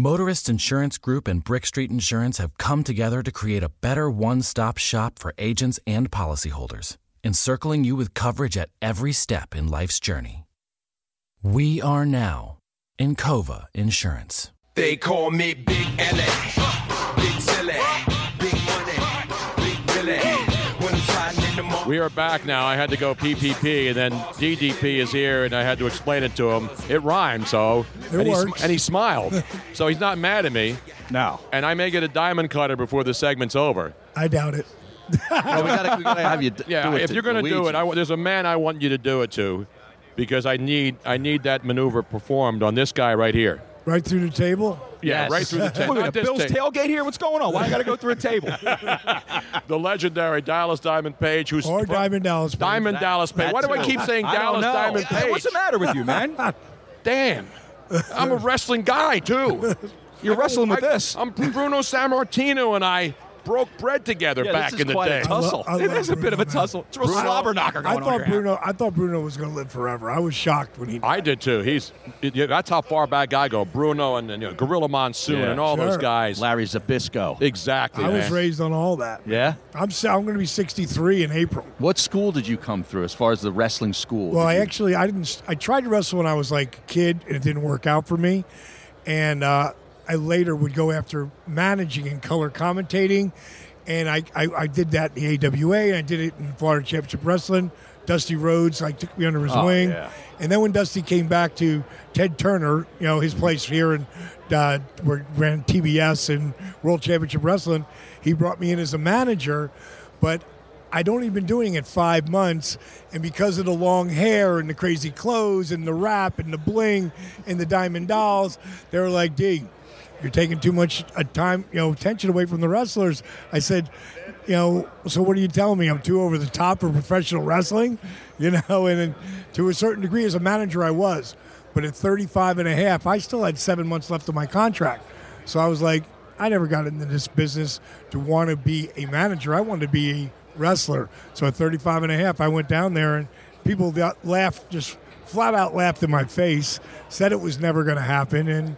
Motorist Insurance Group and Brick Street Insurance have come together to create a better one stop shop for agents and policyholders, encircling you with coverage at every step in life's journey. We are now Encova Insurance. They call me Big L.A., Big Silly, Big Money, Big Billy. When I'm riding in the morning. We are back now. I had to go PPP, and then DDP is here, and I had to explain it to him. It rhymes, so It and, he, sm- works. and he smiled, so he's not mad at me. No. And I may get a diamond cutter before the segment's over. I doubt it. Well, Oh, we gotta, we gotta have you d- Yeah, do it if to you're going to do Luigi. it, I, wa- there's a man I want you to do it to, because I need I need that maneuver performed on this guy right here. Right through the table. Yeah, Yes. right through the table. We're gonna Bill's tailgate here. What's going on? Why I gotta go through a table? the legendary Dallas Diamond Page, who's Or Diamond Dallas. Page. Diamond Dallas Page. That Why do I too. keep saying I don't Dallas know. Diamond Hey, Page? what's the matter with you, man? Damn. I'm a wrestling guy too. You're wrestling with I- this. I'm Bruno Sammartino and I broke bread together Yeah, back this is in the quite day. a tussle. I lo- I it love is a bit Bruno, of a man. tussle. It's a real slobber knocker I going on thought here. Bruno. I thought Bruno was going to live forever. I was shocked when he. I did too. He's yeah, that's how far back I go. Bruno and, and you know, Gorilla Monsoon Yeah. and all those Sure. guys. Larry Zabisco. Exactly. I was man. raised on all that. Yeah. I'm. s- I'm going to be 63 in April. What school did you come through as far as the wrestling school? Well, Did I you- actually I didn't. s- I tried to wrestle when I was like a kid, and it didn't work out for me. And uh, I later would go after managing and color commentating, and I, I, I did that in the AWA, and I did it in Florida Championship Wrestling. Dusty Rhodes like took me under his Oh, wing, yeah. and then when Dusty came back to Ted Turner, you know his place here and uh, where ran TBS and World Championship Wrestling, he brought me in as a manager, but I'd only been doing it five months, and because of the long hair and the crazy clothes and the rap and the bling and the diamond dolls, they were like, "D, you're taking too much uh, time, you know, attention away from the wrestlers." I said, "You know, so what are you telling me? I'm too over the top for professional wrestling, you know?" And then, to a certain degree, as a manager, I was, but at 35 and a half, I still had seven months left of my contract, so I was like, I never got into this business to want to be a manager. I wanted to be a wrestler. So at 35 and a half, I went down there and people got, laughed, just flat out laughed in my face, said it was never going to happen. And,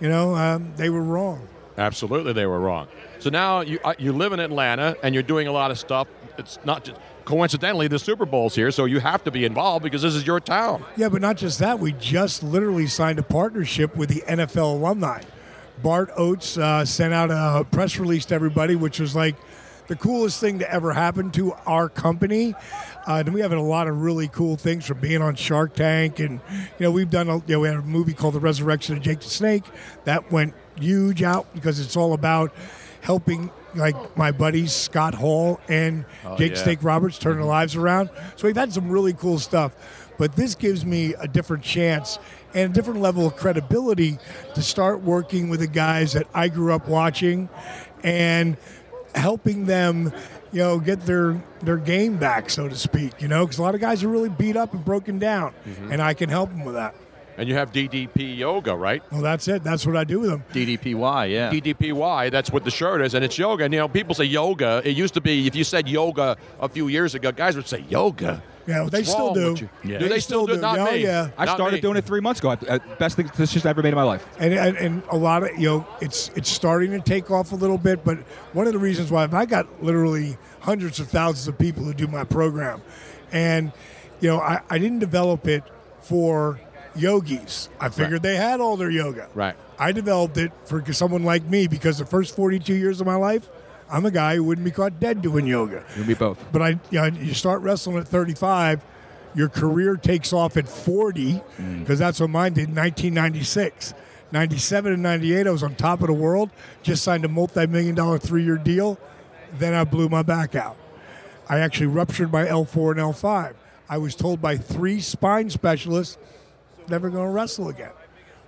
you know, um, they were wrong. Absolutely, they were wrong. So now you uh, you live in Atlanta and you're doing a lot of stuff. It's not just coincidentally the Super Bowl's here, so you have to be involved because this is your town. Yeah, but not just that. We just literally signed a partnership with the NFL alumni. Bart Oates uh, sent out a press release to everybody, which was like the coolest thing to ever happen to our company. Uh, and we have a lot of really cool things from being on Shark Tank, and you know we've done. A, you know, we had a movie called The Resurrection of Jake the Snake that went huge out because it's all about helping like my buddies Scott Hall and Jake yeah. Snake. Jake Roberts turn their lives around. So we've had some really cool stuff, but this gives me a different chance and a different level of credibility to start working with the guys that I grew up watching and helping them, you know, get their their game back, so to speak. You know, because a lot of guys are really beat up and broken down, and I can help them with that. And you have DDP yoga, right? Well, that's it. That's what I do with them. DDPY, yeah. DDPY. That's what the shirt is, and it's yoga. And you know, people say yoga. It used to be if you said yoga a few years ago, guys would say yoga. Yeah, What's they still wrong do. with you? Do they, still do? Not Yeah, me. yeah. I Not started me. doing it three months ago. I- uh, Best thing decision I ever made in my life. and, and and a lot of you know it's it's starting to take off a little bit but one of the reasons why i got literally hundreds of thousands of people who do my program and you know i, I didn't develop it for yogis i figured they had all their yoga Right. i developed it for someone like me because the first 42 years of my life i'm a guy who wouldn't be caught dead doing yoga You and me both. but I, you, know, you start wrestling at 35, your career takes off at 40, because that's what mine did in 1996. 97 and 98, I was on top of the world, just signed a multi million dollar three year deal. Then I blew my back out. I actually ruptured my L4 and L5. I was told by three spine specialists, never going to wrestle again.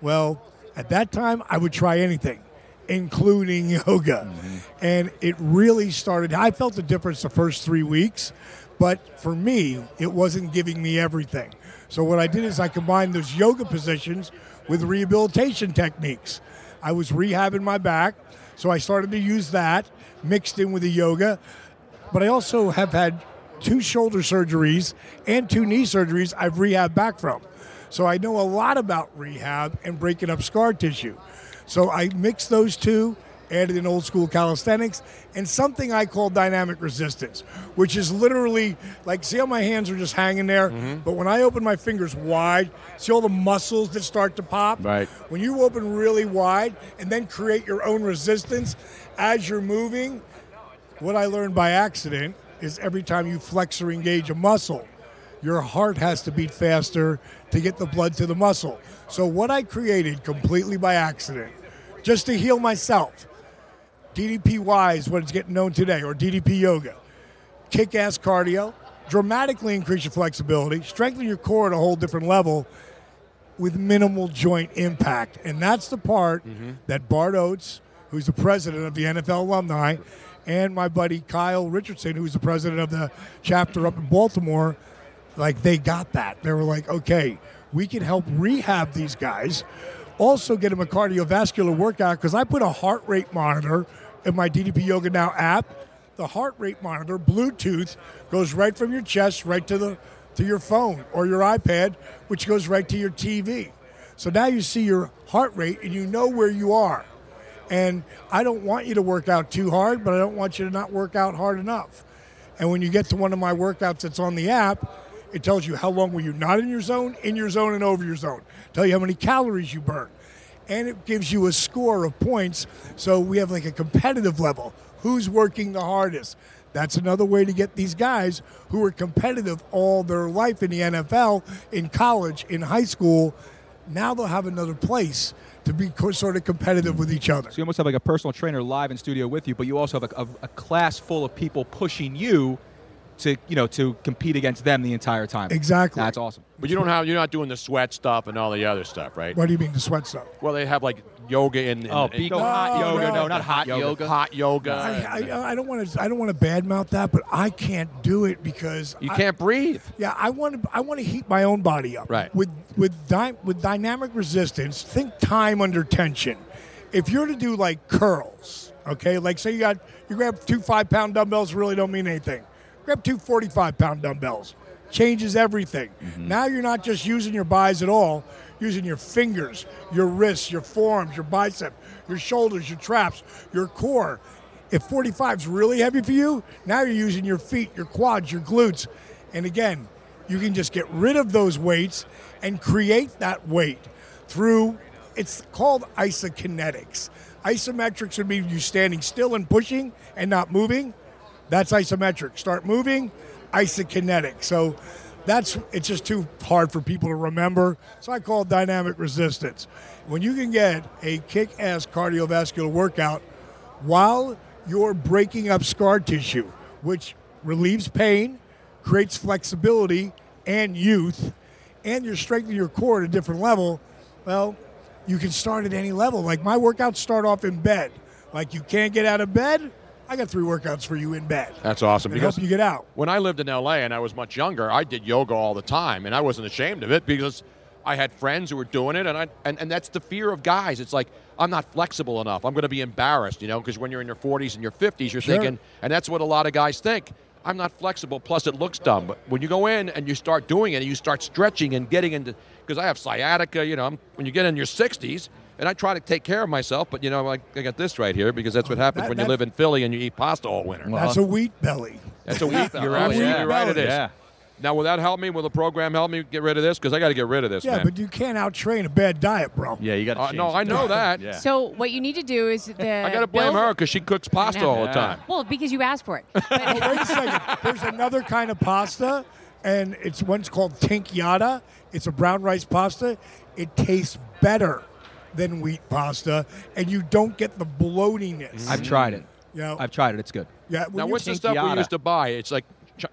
Well, at that time, I would try anything, including yoga. And it really started. I felt the difference the first three weeks, but for me, it wasn't giving me everything. So, what I did is I combined those yoga positions with rehabilitation techniques. I was rehabbing my back, so I started to use that mixed in with the yoga. But I also have had two shoulder surgeries and two knee surgeries I've rehabbed back from. So I know a lot about rehab and breaking up scar tissue. So I mixed those two, added in old school calisthenics, and something I call dynamic resistance, which is literally like, see how my hands are just hanging there? But when I open my fingers wide, see all the muscles that start to pop? Right. When you open really wide and then create your own resistance as you're moving, what I learned by accident is every time you flex or engage a muscle, your heart has to beat faster to get the blood to the muscle. So, what I created completely by accident, just to heal myself, DDPY is what it's getting known today, or DDP yoga. Kick ass cardio, dramatically increase your flexibility, strengthen your core at a whole different level with minimal joint impact. And that's the part Mm-hmm. that Bart Oates, who's the president of the NFL alumni, and my buddy Kyle Richardson, who's the president of the chapter up in Baltimore, like they got that. They were like, okay, we can help rehab these guys, also get them a cardiovascular workout, because I put a heart rate monitor in my DDP Yoga Now app the heart rate monitor, Bluetooth, goes right from your chest right to the to your phone or your iPad, which goes right to your TV. So now you see your heart rate and you know where you are. And I don't want you to work out too hard, but I don't want you to not work out hard enough. And when you get to one of my workouts that's on the app, it tells you how long were you not in your zone, in your zone, and over your zone. Tell you how many calories you burn and it gives you a score of points. So we have like a competitive level. Who's working the hardest? That's another way to get these guys who are competitive all their life in the NFL, in college, in high school. Now they'll have another place to be co- sort of competitive with each other. So you almost have like a personal trainer live in studio with you, but you also have a, a, a class full of people pushing you to you know to compete against them the entire time. Exactly. That's awesome. But you don't have you're not doing the sweat stuff and all the other stuff, right? What do you mean the sweat stuff? Well, they have like yoga and, and Oh, and- big No, hot no, yoga. no. No, not hot yoga. hot yoga. I, Uh, I, I don't want to. I don't want to badmouth that, but I can't do it because you I- can't breathe. Yeah, I want to. I want to heat my own body up. Right. With with dy- with dynamic resistance, think time under tension. If you're to do like curls, okay, like say you got you grab two five pound dumbbells, really don't mean anything. Grab two 45 pound dumbbells, changes everything. Now you're not just using your buys at all, using your fingers, your wrists, your forearms, your bicep, your shoulders, your traps, your core. If 45 is really heavy for you, now you're using your feet, your quads, your glutes. And again, you can just get rid of those weights and create that weight through it's called isokinetics. Isometrics would be you standing still and pushing and not moving. That's isometric. Start moving, isokinetic. So that's it's just too hard for people to remember. So I call it dynamic resistance. When you can get a kick-ass cardiovascular workout while you're breaking up scar tissue, which relieves pain, creates flexibility and youth, and you're strengthening your core at a different level, well, you can start at any level. Like my workouts start off in bed. Like you can't get out of bed, I got three workouts for you in bed. That's awesome. They help you get out. when I lived in LA and I was much younger, I did yoga all the time, and I wasn't ashamed of it because I had friends who were doing it, and I and, and that's the fear of guys. It's like I'm not flexible enough. I'm going to be embarrassed, you know, because when you're in your 40s and your 50s, you're Sure. thinking, and that's what a lot of guys think. I'm not flexible. Plus, it looks dumb. But when you go in and you start doing it, and you start stretching and getting into, because I have sciatica, you know, I'm, when you get in your 60s, and I try to take care of myself, but you know, like I got this right here because that's what happens Oh, That- when you that- live in Philly and you eat pasta all winter. That's a wheat belly. That's a week. You're Oh, absolutely yeah. right. It is. Yeah. Now, will that help me? Will the program help me get rid of this? Because I got to get rid of this, Yeah, man. but you can't out train a bad diet, bro. Yeah, you got to Uh, change. no, I it. know that. Yeah. So uh, what you need to do is the I got to blame build- her because she cooks pasta know. all the Yeah. time. Well, because you asked for it. But- Wait a second. There's another kind of pasta, and it's one's called tinkyata. It's a brown rice pasta. It tastes better than wheat pasta, and you don't get the bloatiness. I've tried it. You know? I've tried it. It's good. yeah. when Now, you what's the think- stuff we Tinkyata. used to buy? It's like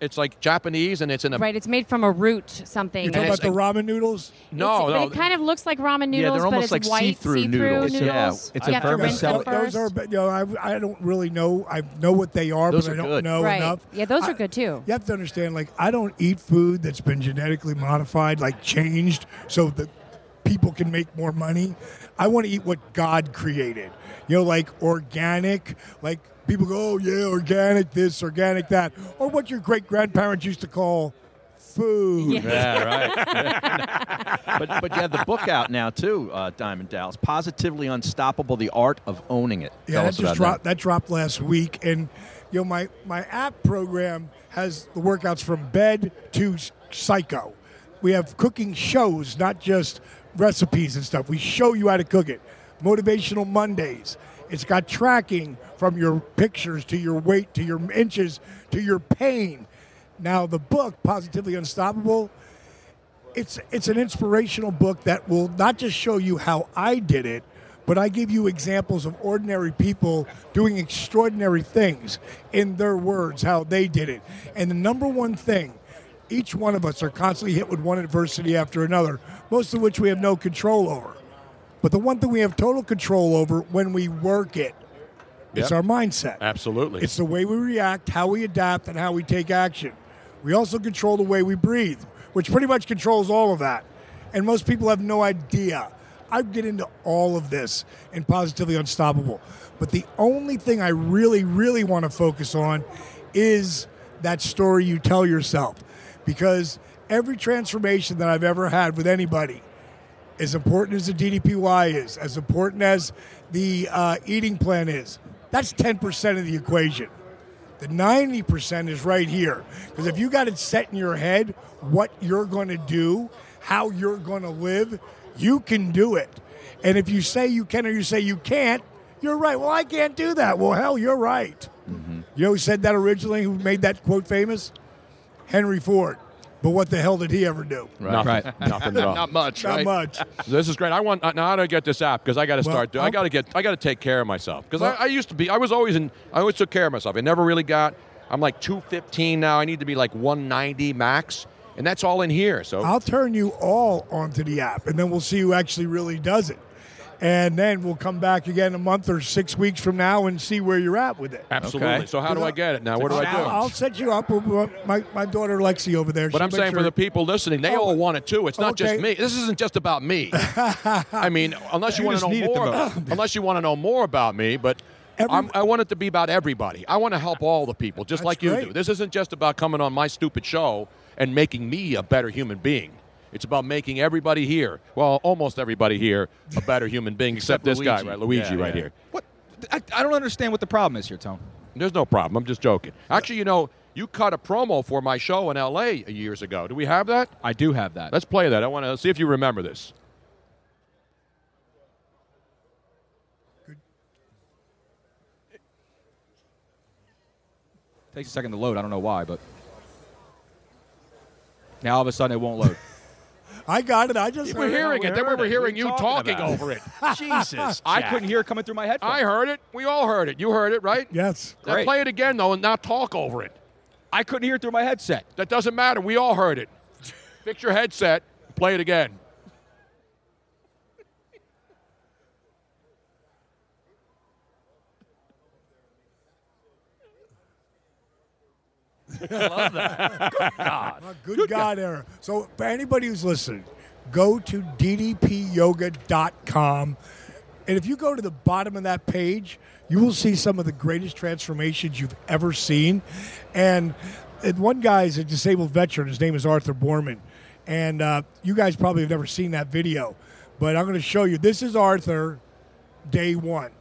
it's like Japanese, and it's in a right, it's made from a root something. You're talking It's- about the ramen noodles. no, but no. it kind of looks like ramen noodles, they're but almost it's like white see-through noodles. It's a- yeah, it's you a have to rinse them vermicelli. first. Those are, but, you know, I, I don't really know. I know what they are, Those but are I don't good. know right. enough. Yeah, those I- are good too. You have to understand, like, I don't eat food that's been genetically modified, like changed, so that people can make more money. I want to eat what God created. You know, like organic, like people go, oh, yeah, organic this, organic that, or what your great grandparents used to call food. Yeah, right. but, but you have the book out now too, uh, Diamond Dallas. Positively unstoppable: the art of owning it. Yeah, Tell that us just about dropped. That. dropped last week, and you know my my app program has the workouts from bed to s- psycho. We have cooking shows, not just recipes and stuff. We show you how to cook it. Motivational Mondays. It's got tracking from your pictures to your weight to your inches to your pain. Now the book, Positively Unstoppable, it's it's an inspirational book that will not just show you how I did it, but I give you examples of ordinary people doing extraordinary things in their words, how they did it. And the number one thing, each one of us are constantly hit with one adversity after another, most of which we have no control over. But the one thing we have total control over when we work it, it's Yep. our mindset. Absolutely. It's the way we react, how we adapt, and how we take action. We also control the way we breathe, which pretty much controls all of that. And most people have no idea. I get into all of this in Positively Unstoppable. But the only thing I really, really want to focus on is that story you tell yourself. Because every transformation that I've ever had with anybody, as important as the DDPY is, as important as the uh, eating plan is, that's 10% of the equation. The 90% is right here. Because if you got it set in your head what you're going to do, how you're going to live, you can do it. And if you say you can or you say you can't, you're right. Well, I can't do that. Well, hell, you're right. You know who said that originally, who made that quote famous? Henry Ford. But what the hell did he ever do? Right. Nothing. Nothing at all. Not much. Not right? much. This is great. I want now. I gotta get this app because I gotta Well, start. doing I I'll- gotta get. I gotta take care of myself because Well- I, I used to be. I was always in. I always took care of myself. I never really got. I'm like 215 now. I need to be like 190 max, and that's all in here. So I'll turn you all onto the app, and then we'll see who actually really does it. And then we'll come back again a month or six weeks from now and see where you're at with it. absolutely. Okay. So how do I get it now? What do I I'll, do? I'll set you up. with what- My, my daughter Lexi over there. But she I'm makes saying for her- the people listening, they Oh, all want it too. It's not just okay. me. This isn't just about me. I mean, unless you, want just to need know it the more, unless you want to know more about me, but. Every- I'm, I want it to be about everybody. I want to help all the people, just That's like you great. do. This isn't just about coming on my stupid show and making me a better human being. It's about making everybody here, well, almost everybody here, a better human being, except, this guy, Luigi. right, Luigi, Yeah, right yeah. here. What? I, I don't understand what the problem is here, Tone. There's no problem. I'm just joking. Actually, you know, you cut a promo for my show in L.A. years ago. Do we have that? I do have that. Let's play that. I want to see if you remember this. takes a second to load. I don't know why, but now all of a sudden it won't load. I got it. I just We're heard hearing it. Then we heard were it. hearing We you were talking talking about it. over it. Jesus, I Jack. couldn't hear it coming through my headphones. I heard it. We all heard it. You heard it, right? Yes. Now Great. play it again though, and not talk over it. I couldn't hear it through my headset. That doesn't matter. We all heard it. Fix your headset. Play it again. A good, God error. So for anybody who's listening, go to ddpyoga.com. And if you go to the bottom of that page, you will see some of the greatest transformations you've ever seen. And, and one guy is a disabled veteran. His name is Arthur Borman. And uh, you guys probably have never seen that video, but I'm going to show you. This is Arthur, day one.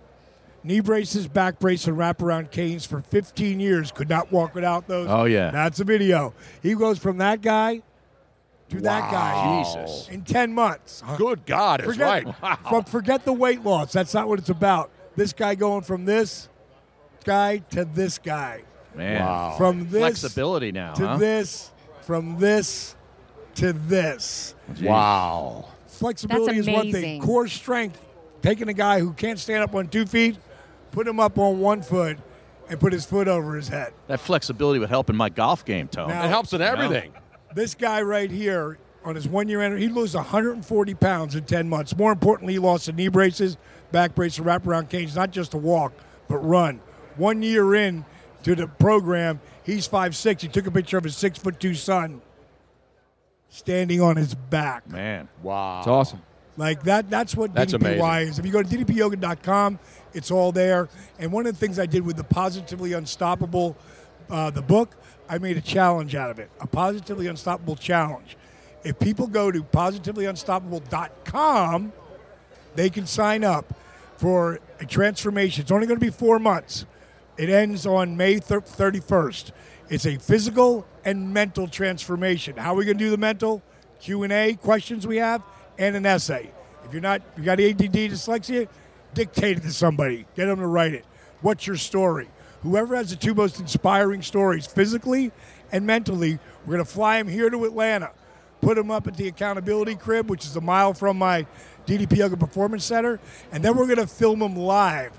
Knee braces, back brace, and wraparound canes for 15 years. Could not walk without those. Oh, yeah. That's a video. He goes from that guy to that guy Jesus. in 10 months. Good God, it's Forget, right. but forget the weight loss. That's not what it's about. This guy going from this guy to this guy. Man, From this flexibility now, to huh? this, from this to this. Wow. Flexibility That's is one thing. amazing. Core strength, taking a guy who can't stand up on two feet, put him up on one foot, and put his foot over his head. That flexibility would help in my golf game, Tone. Now- It helps in everything. This guy right here, on his one year anniversary, he lost 140 pounds in 10 months. More importantly, he lost the knee braces, back braces, wraparound canes, not just to walk, but run. One year in to the program, he's 5'6. He took a picture of his 6'2 son standing on his back. Man, Wow. It's awesome. Like that that's what That's DDPY amazing. is. If you go to ddpyoga.com, it's all there. And one of the things I did with the Positively Unstoppable uh, the book, I made a challenge out of it, a positively unstoppable challenge. If people go to positivellyunstoppable.com, they can sign up for a transformation. It's only going to be four months. It ends on May thir- 31st. It's a physical and mental transformation. How are we going to do the mental? Q and A questions we have, and an essay. If you're not, you got ADD, dyslexia, dictate it to somebody. Get them to write it. What's your story? Whoever has the two most inspiring stories, physically and mentally, we're going to fly them here to Atlanta put them up at the accountability crib, which is a mile from my DDP Yoga Performance Center, and then we're going to film them live,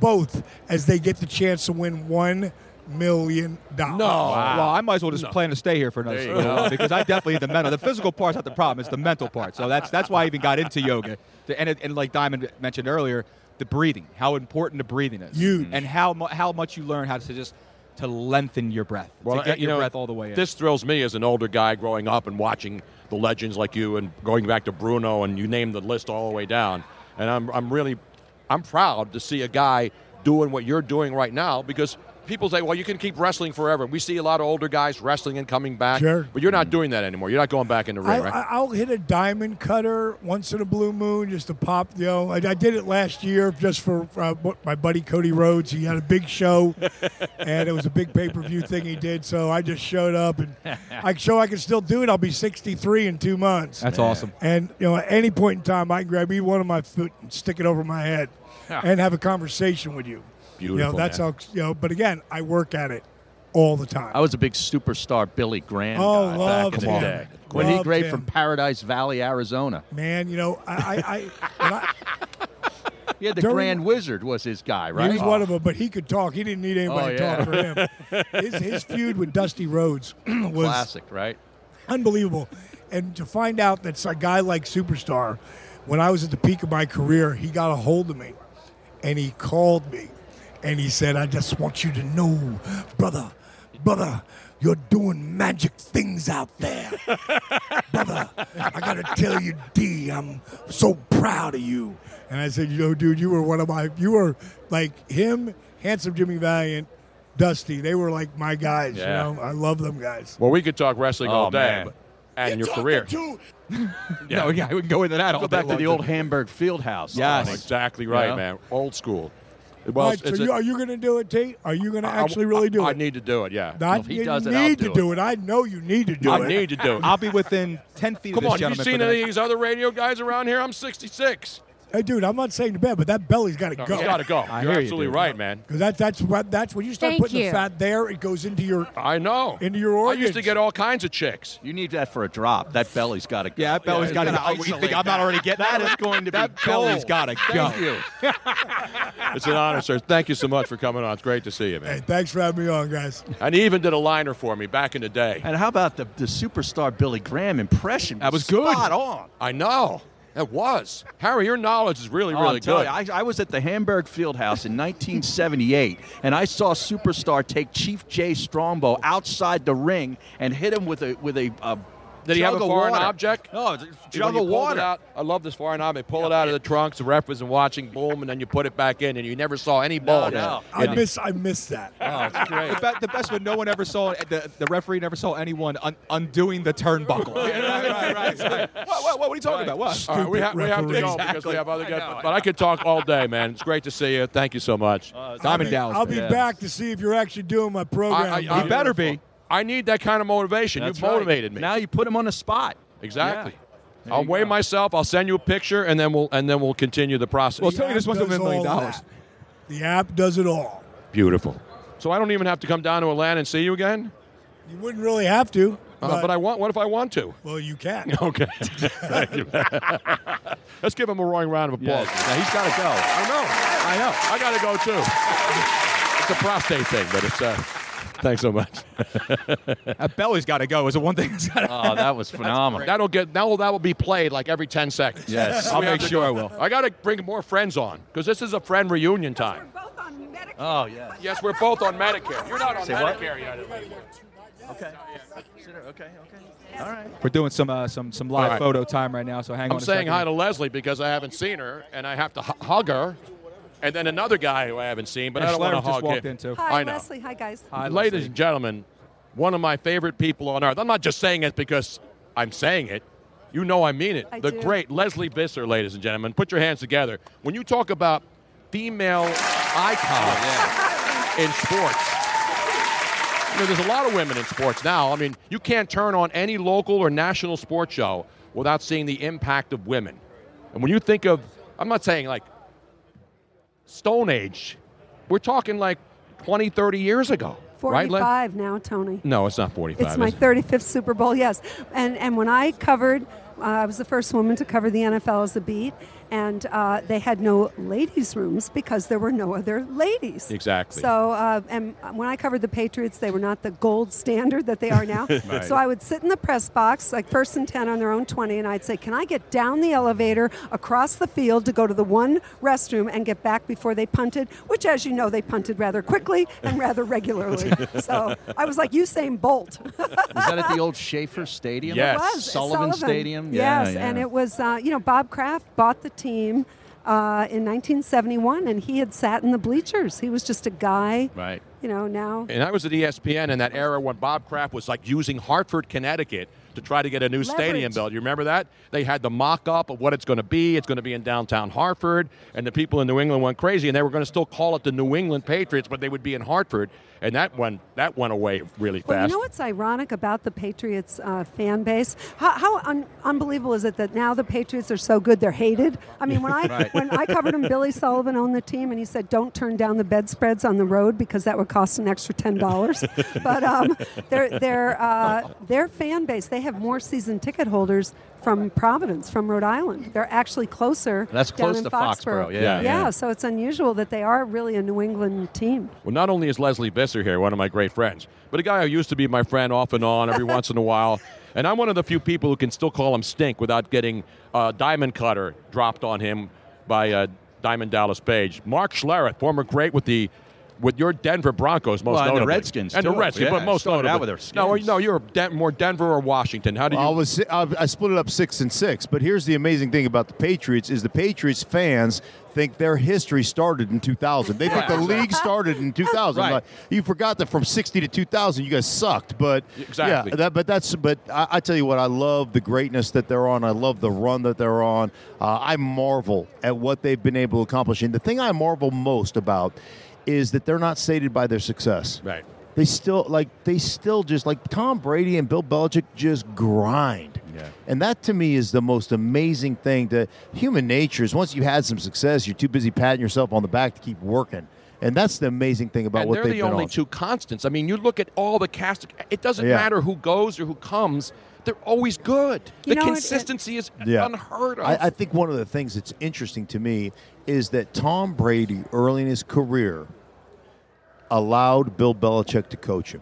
both as they get the chance to win one million dollars. Well, I might as well just plan to stay here for another There you little while because I definitely need the mental. The physical part's not the problem; it's the mental part. So that's that's why I even got into yoga. The- And it, and like Diamond mentioned earlier, the breathing, how important the breathing is, Huge. and how mu- how much you learn how to just to lengthen your breath, to get you your know, breath all the way in. This thrills me as an older guy growing up and watching the legends like you and going back to Bruno and you name the list all the way down. And I'm, I'm really, I'm proud to see a guy doing what you're doing right now because people say, well, you can keep wrestling forever. We see a lot of older guys wrestling and coming back, Sure. but you're not doing that anymore. You're not going back in the ring, I, right? I- I'll hit a diamond cutter once in a blue moon just to pop. You know, I, I did it last year just for uh, what- my buddy Cody Rhodes. He had a big show, and it was a big pay per view thing he did. So I just showed up, and I show I can still do it. I'll be 63 in two months. that's awesome. And you know, at any point in time, I can grab either one of my foot and stick it over my head, and have a conversation with you. You Beautiful, know, that's man. how. You know, but again, I work at it all the time. I was a big superstar Billy Graham Oh, guy loved back in the him. day. When he Loved great him. from Paradise Valley, Arizona. Man, you know, I, I, I, when I He had the During- Grand Wizard was his guy, right? He was one of them, but he could talk. He didn't need anybody Oh, to talk for him. his, his feud with Dusty Rhodes was Classic, right? unbelievable. And to find out that a guy like Superstar, when I was at the peak of my career, he got a hold of me and he called me and he said, I just want you to know, brother, brother, you're doing magic things out there. brother, I gotta tell you, D, I'm so proud of you. And I said, you know, dude, you were one of my you were like him, handsome Jimmy Valiant, Dusty. They were like my guys, Yeah. you know. I love them guys. well, we could talk wrestling all Oh, day man. but- and your career. Yeah. No, yeah, I would go into that all Go day back to long, the too. old Hamburg Field House. Yes. Oh, Exactly right, Yeah. man. Old school. All Well, right, it's- it's so a- you, are you going to do it, Tate? Are you going to I- I- actually really do I it? need to do it, yeah. I, If he you does it, need I'll to do do it. I know you need to do I it. need to do it. I'll be within ten feet Come of this on, have you gentleman. seen for the any of these other radio guys around here? I'm 66. Hey, dude, I'm not saying to bad, but that belly's got to No, go. It's got to go. I You're hear you, absolutely dude. right, man. Because that, that's what that's when you start Thank putting the you. fat there, it goes into your. I know. Into your I used to organs. get all kinds of chicks. You need that for a drop. That belly's got to go. Oh, Yeah, that belly's you got to gotta go. You isolate think I'm not that. already getting that is going to That be belly's gold. got to go. Thank you. It's an honor, sir. Thank you so much for coming on. It's great to see you, Hey, man. thanks for having me on, guys. And he even did a liner for me back in the day. And how about the, the superstar Billy Graham impression? That was good. Spot on. I know. It was. Harry, your knowledge is really, Oh, really I'll tell good. you, I, I was at the Hamburg Fieldhouse in 1978, and I saw Superstar take Chief Jay Strombo outside the ring and hit him with a with a. a Did he have a jug of foreign water. object? No, it's a You know, jug you of pulled it water. out. I love this foreign object. Pull it out of the trunks. The ref wasn't watching. Boom, and then you put it back in, and you never saw any ball. Oh, no. down. I miss I miss that. The, be- the best when no one ever saw the, the referee never saw anyone un- undoing the turnbuckle. What, what, what are you talking about? What? All right, we, ha- we have to go because we have other guests. but I could talk all day, man. It's great to see you. Thank you so much. Diamond Dallas. Uh, I'll be back to see if you're actually doing my program. I- He better be. I need that kind of motivation. That's You've motivated right. me. Now you put him on the spot. exactly. Yeah. I'll weigh myself. I'll send you a picture, and then we'll and then we'll continue the process. Well, tell me app this one's gonna does win a million all dollars. that. The app does it all. Beautiful. So I don't even have to come down to Atlanta and see you again. You wouldn't really have to, Uh, but, I want. What if I want to? well, you can. Okay. Thank you. Let's give him a roaring round of applause. Now he's got to go. I know. I know. I got to go too. It's a prostate thing, but it's. Uh, thanks so much. That belly's got to go. Is the one thing that's got to Oh, that was phenomenal. That'll get. Now that will be played like every ten seconds. yes. I'll make sure I will. I got to bring more friends on because this is a friend reunion time. Oh yeah. Yes, we're both on Medicare. You're not on Say what? Medicare yet. Okay. Consider- Okay. Okay. All right. We're doing some uh, some some All live right. photo time right now, so hang on. I'm a saying second. hi to Leslie because I haven't seen her and I have to hu- hug her. And then another guy who I haven't seen, but And I don't want Schlereth to just hug walked him. in, too. I know. Hi, guys. Hi, Ladies Leslie. and gentlemen, one of my favorite people on earth. I'm not just saying it because I'm saying it. You know I mean it. I the do. great Leslie Visser, ladies and gentlemen. Put your hands together. When you talk about female icons in sports, you know, there's a lot of women in sports now. I mean, you can't turn on any local or national sports show without seeing the impact of women. And when you think of, I'm not saying like Stone Age, we're talking like 20, 30 years ago. Right, 45 Len? now, Tony. No, it's not 45. It's my is it? 35th Super Bowl, yes. And and when I covered, uh, I was the first woman to cover the NFL as a beat, and uh, they had no ladies' rooms because there were no other ladies. Exactly. So, uh, and when I covered the Patriots, they were not the gold standard that they are now. So I would sit in the press box, like first and 10 on their own 20, and I'd say, Can I get down the elevator across the field to go to the one restroom and get back before they punted? Which, as you know, they punted rather quickly and rather regularly. so I was like Usain Bolt. Was that at the old Schaefer Stadium? Yes. was. It's Sullivan, Stadium. Yeah, Yes, and yeah. it was, uh, you know, Bob Kraft bought the team uh, in 1971, and he had sat in the bleachers. He was just a guy. Right. You know, now. And I was at E ESPN in that era when Bob Kraft was like using Hartford, Connecticut to try to get a new stadium Leverage. built. You remember that? They had the mock up of what it's going to be. It's going to be in downtown Hartford. And the people in New England went crazy and they were going to still call it the New England Patriots, but they would be in Hartford. And that one that went away really Well, fast. you know what's ironic about the Patriots uh, fan base? How, how un- unbelievable is it that now the Patriots are so good they're hated? I mean, when I when I covered him, Billy Sullivan owned the team, and he said, "Don't turn down the bedspreads on the road because that would cost an extra ten dollars." but um, their their uh, their fan base, they have more season ticket holders from Providence, from Rhode Island. They're actually closer. That's down close in to Foxborough, yeah, yeah. yeah. So it's unusual that they are really a New England team. Well, not only is Leslie Visser here, one of my great friends, but a guy who used to be my friend off and on every once in a while. And I'm one of the few people who can still call him Stink without getting uh, Diamond Cutter dropped on him by uh, Diamond Dallas Page. Mark Schlereth, former great with the with your Denver Broncos, most Well, and the notably. Redskins, and the too. Redskins, Yeah, but most started notably. out with their no, Skins. no, you're Den- more Denver or Washington. How do you? I was si- I, I split it up six and six, but here's the amazing thing about the Patriots is the Patriots fans think their history started in 2000. They think the league started in 2000. Right. Like, you forgot that from 60 to 2000, you guys sucked. But Exactly. yeah, that, but that's but I, I tell you what, I love the greatness that they're on. I love the run that they're on. Uh, I marvel at what they've been able to accomplish. And the thing I marvel most about is that they're not sated by their success Right. they still like they still just like Tom Brady and Bill Belichick just grind. Yeah. And that to me is the most amazing thing to human nature is once you had some success, you're too busy patting yourself on the back to keep working. And that's the amazing thing about and what they're they've the been only on. two constants. I mean, you look at all the cast. It doesn't Yeah. matter who goes or who comes. They're always good. You the know, it- it- consistency is Yeah. unheard of. I, I think one of the things that's interesting to me is that Tom Brady early in his career allowed Bill Belichick to coach him.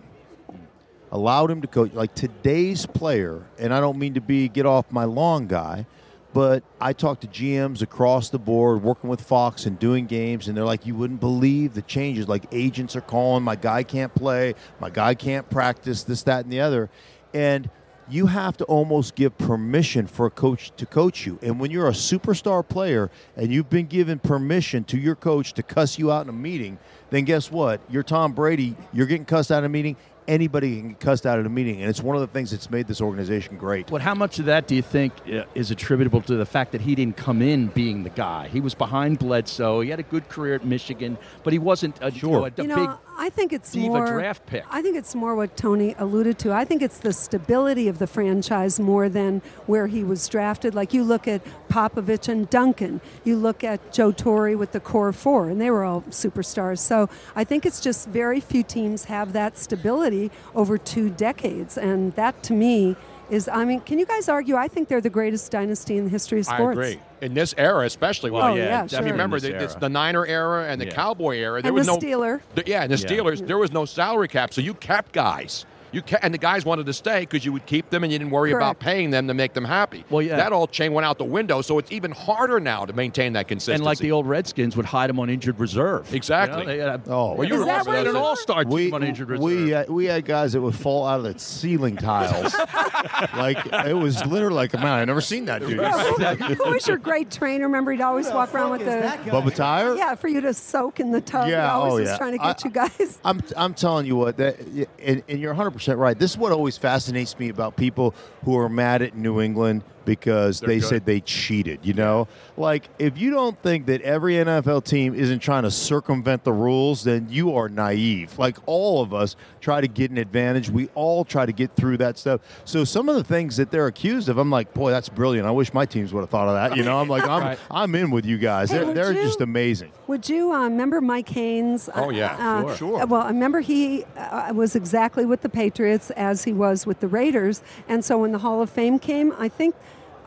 Allowed him to coach like today's player, and I don't mean to be get off my lawn guy, but I talk to GMs across the board working with Fox and doing games, and they're like, you wouldn't believe the changes. Like agents are calling, my guy can't play, my guy can't practice, this, that, and the other. And you have to almost give permission for a coach to coach you. And when you're a superstar player and you've been given permission to your coach to cuss you out in a meeting, then guess what? You're Tom Brady, you're getting cussed out in a meeting. Anybody can get cussed out at a meeting, and it's one of the things that's made this organization great. But how much of that do you think uh, is attributable to the fact that he didn't come in being the guy? He was behind Bledsoe. He had a good career at Michigan, but he wasn't a, you know, a, a you know, uh, big. I think it's diva more draft pick. I think it's more what Tony alluded to. I think it's the stability of the franchise more than where he was drafted. Like you look at Popovich and Duncan, you look at Joe Torre with the core four, and they were all superstars. So I think it's just very few teams have that stability over two decades, and that to me is. I mean, can you guys argue? I think they're the greatest dynasty in the history of I sports. agree. In this era, especially. Oh, yeah, yeah, sure. If you remember, In this the, it's era. the Niner era and the Yeah. Cowboy era. There And was the no Steeler. the- yeah, and the Yeah. Steelers. There was no salary cap, so you kept guys. You ca- and the guys wanted to stay because you would keep them, and you didn't worry about Correct. paying them to make them happy. Well, yeah. That all chain went out the window, so it's even harder now to maintain that consistency. And like the old Redskins would hide him on injured reserve. Exactly. You know, they had a- Oh. well, you Is were that also what had it an was? all-star team on injured reserve. we uh, we had guys that would fall out of the ceiling tiles, like it was literally like, man, I never seen that dude. Yeah, who, who was your great trainer? Remember, he'd always walk around with the Bubba Tire, Yeah, for you to soak in the tub. Yeah, I was oh, just yeah. trying to I- get you guys. I'm, I'm telling you what that and, and you're 100 100% right. This is what always fascinates me about people who are mad at New England because they good. said they cheated, you know? Like, if you don't think that every NFL team isn't trying to circumvent the rules, then you are naive. Like, all of us try to get an advantage. We all try to get through that stuff. So, some of the things that they're accused of, I'm like, boy, that's brilliant. I wish my teams would have thought of that. You know, I'm like, I'm, I'm in with you guys. Hey, They're, would they're you- just amazing. Would you uh, remember Mike Haynes? Oh, yeah, uh, sure. uh, Well, I remember he uh, was exactly with the Patriots as he was with the Raiders, and so when the Hall of Fame came, I think.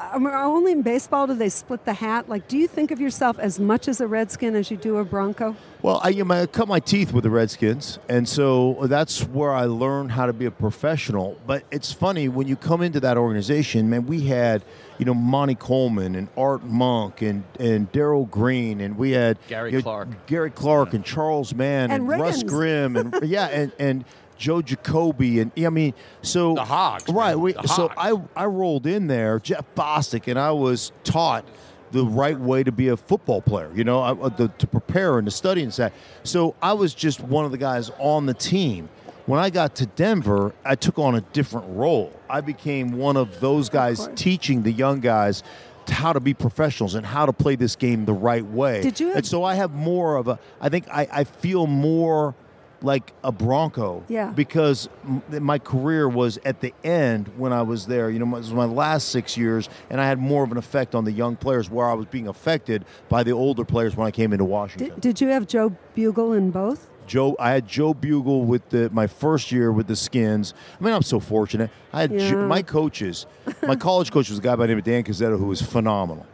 I mean, only in baseball do they split the hat. Like, do you think of yourself as much as a Redskin as you do a Bronco? Well, I, you know, I cut my teeth with the Redskins, and so that's where I learned how to be a professional. But it's funny when you come into that organization, man. We had, you know, Monty Coleman and Art Monk and and Daryl Green, and we had Gary you know, Clark. Gary Clark, and Charles Mann, And and, Russ Riggins. Grimm, and yeah, and and. Joe Jacoby and yeah, I mean, so The Hogs, man, right? We, the so Hogs. I I rolled in there, Jeff Bostic, and I was taught the right way to be a football player. You know, I, uh, the, to prepare and to study and that. So I was just one of the guys on the team. When I got to Denver, I took on a different role. I became one of those guys course. teaching the young guys how to be professionals and how to play this game the right way. Did you have- And so I have more of a. I think I, I feel more like a Bronco Yeah. because m- my career was at the end when I was there. You know, my- it was my last six years, and I had more of an effect on the young players where I was being affected by the older players when I came into Washington. Did, did you have Joe Bugle in both? Joe, I had Joe Bugle with the my first year with the Skins. I mean, I'm so fortunate. I had Yeah. Jo- my coaches. My college coach was a guy by the name of Dan Cazzetto who was phenomenal.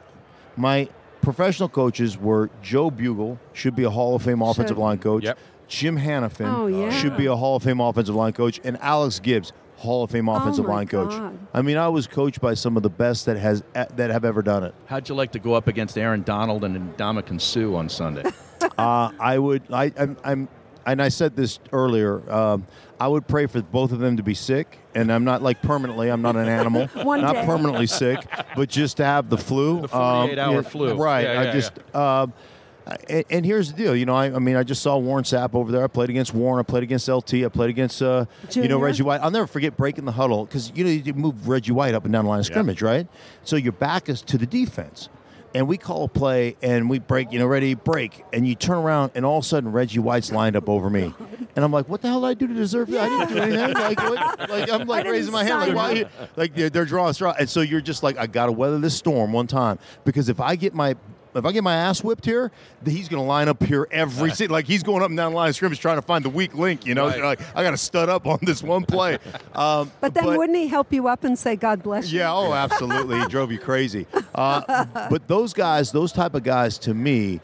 My professional coaches were Joe Bugle, should be a Hall of Fame offensive Should. line coach. Yep. Jim Hannafin Oh, yeah. should be a Hall of Fame offensive line coach, and Alex Gibbs, Hall of Fame offensive Oh, my line coach. God. I mean, I was coached by some of the best that has that have ever done it. How'd you like to go up against Aaron Donald and Dominican Sue on Sunday? Uh, I would. I, I'm, I'm. And I said this earlier. Um, I would pray for both of them to be sick, and I'm not like permanently. I'm not an animal. One not day. permanently sick, but just to have the flu. The 48-hour flu. Right. Yeah, I yeah, just. Um, I- and, and here's the deal. You know, I, I mean, I just saw Warren Sapp over there. I played against Warren. I played against LT. I played against, uh, you know, Junior. Reggie White. I'll never forget breaking the huddle because you know you move Reggie White up and down the line of scrimmage, right? So your back is to the defense, and we call a play and we break. You know, ready break, and you turn around, and all of a sudden Reggie White's lined up over me, and I'm like, what the hell did I do to deserve that? I didn't do anything. Like, what- like I'm like didn't raising my hand, like sign why? up. you- Like they're, they're drawing straw, and so you're just like, I gotta weather this storm one time because if I get my if I get my ass whipped here, th- he's going to line up here every single. Like he's going up and down the line of scrimmage trying to find the weak link. You know, Right. like I got to stud up on this one play. Um, But then wouldn't he help you up and say, God bless you? yeah, oh, absolutely. he drove you crazy. Uh, but those guys, those type of guys, to me,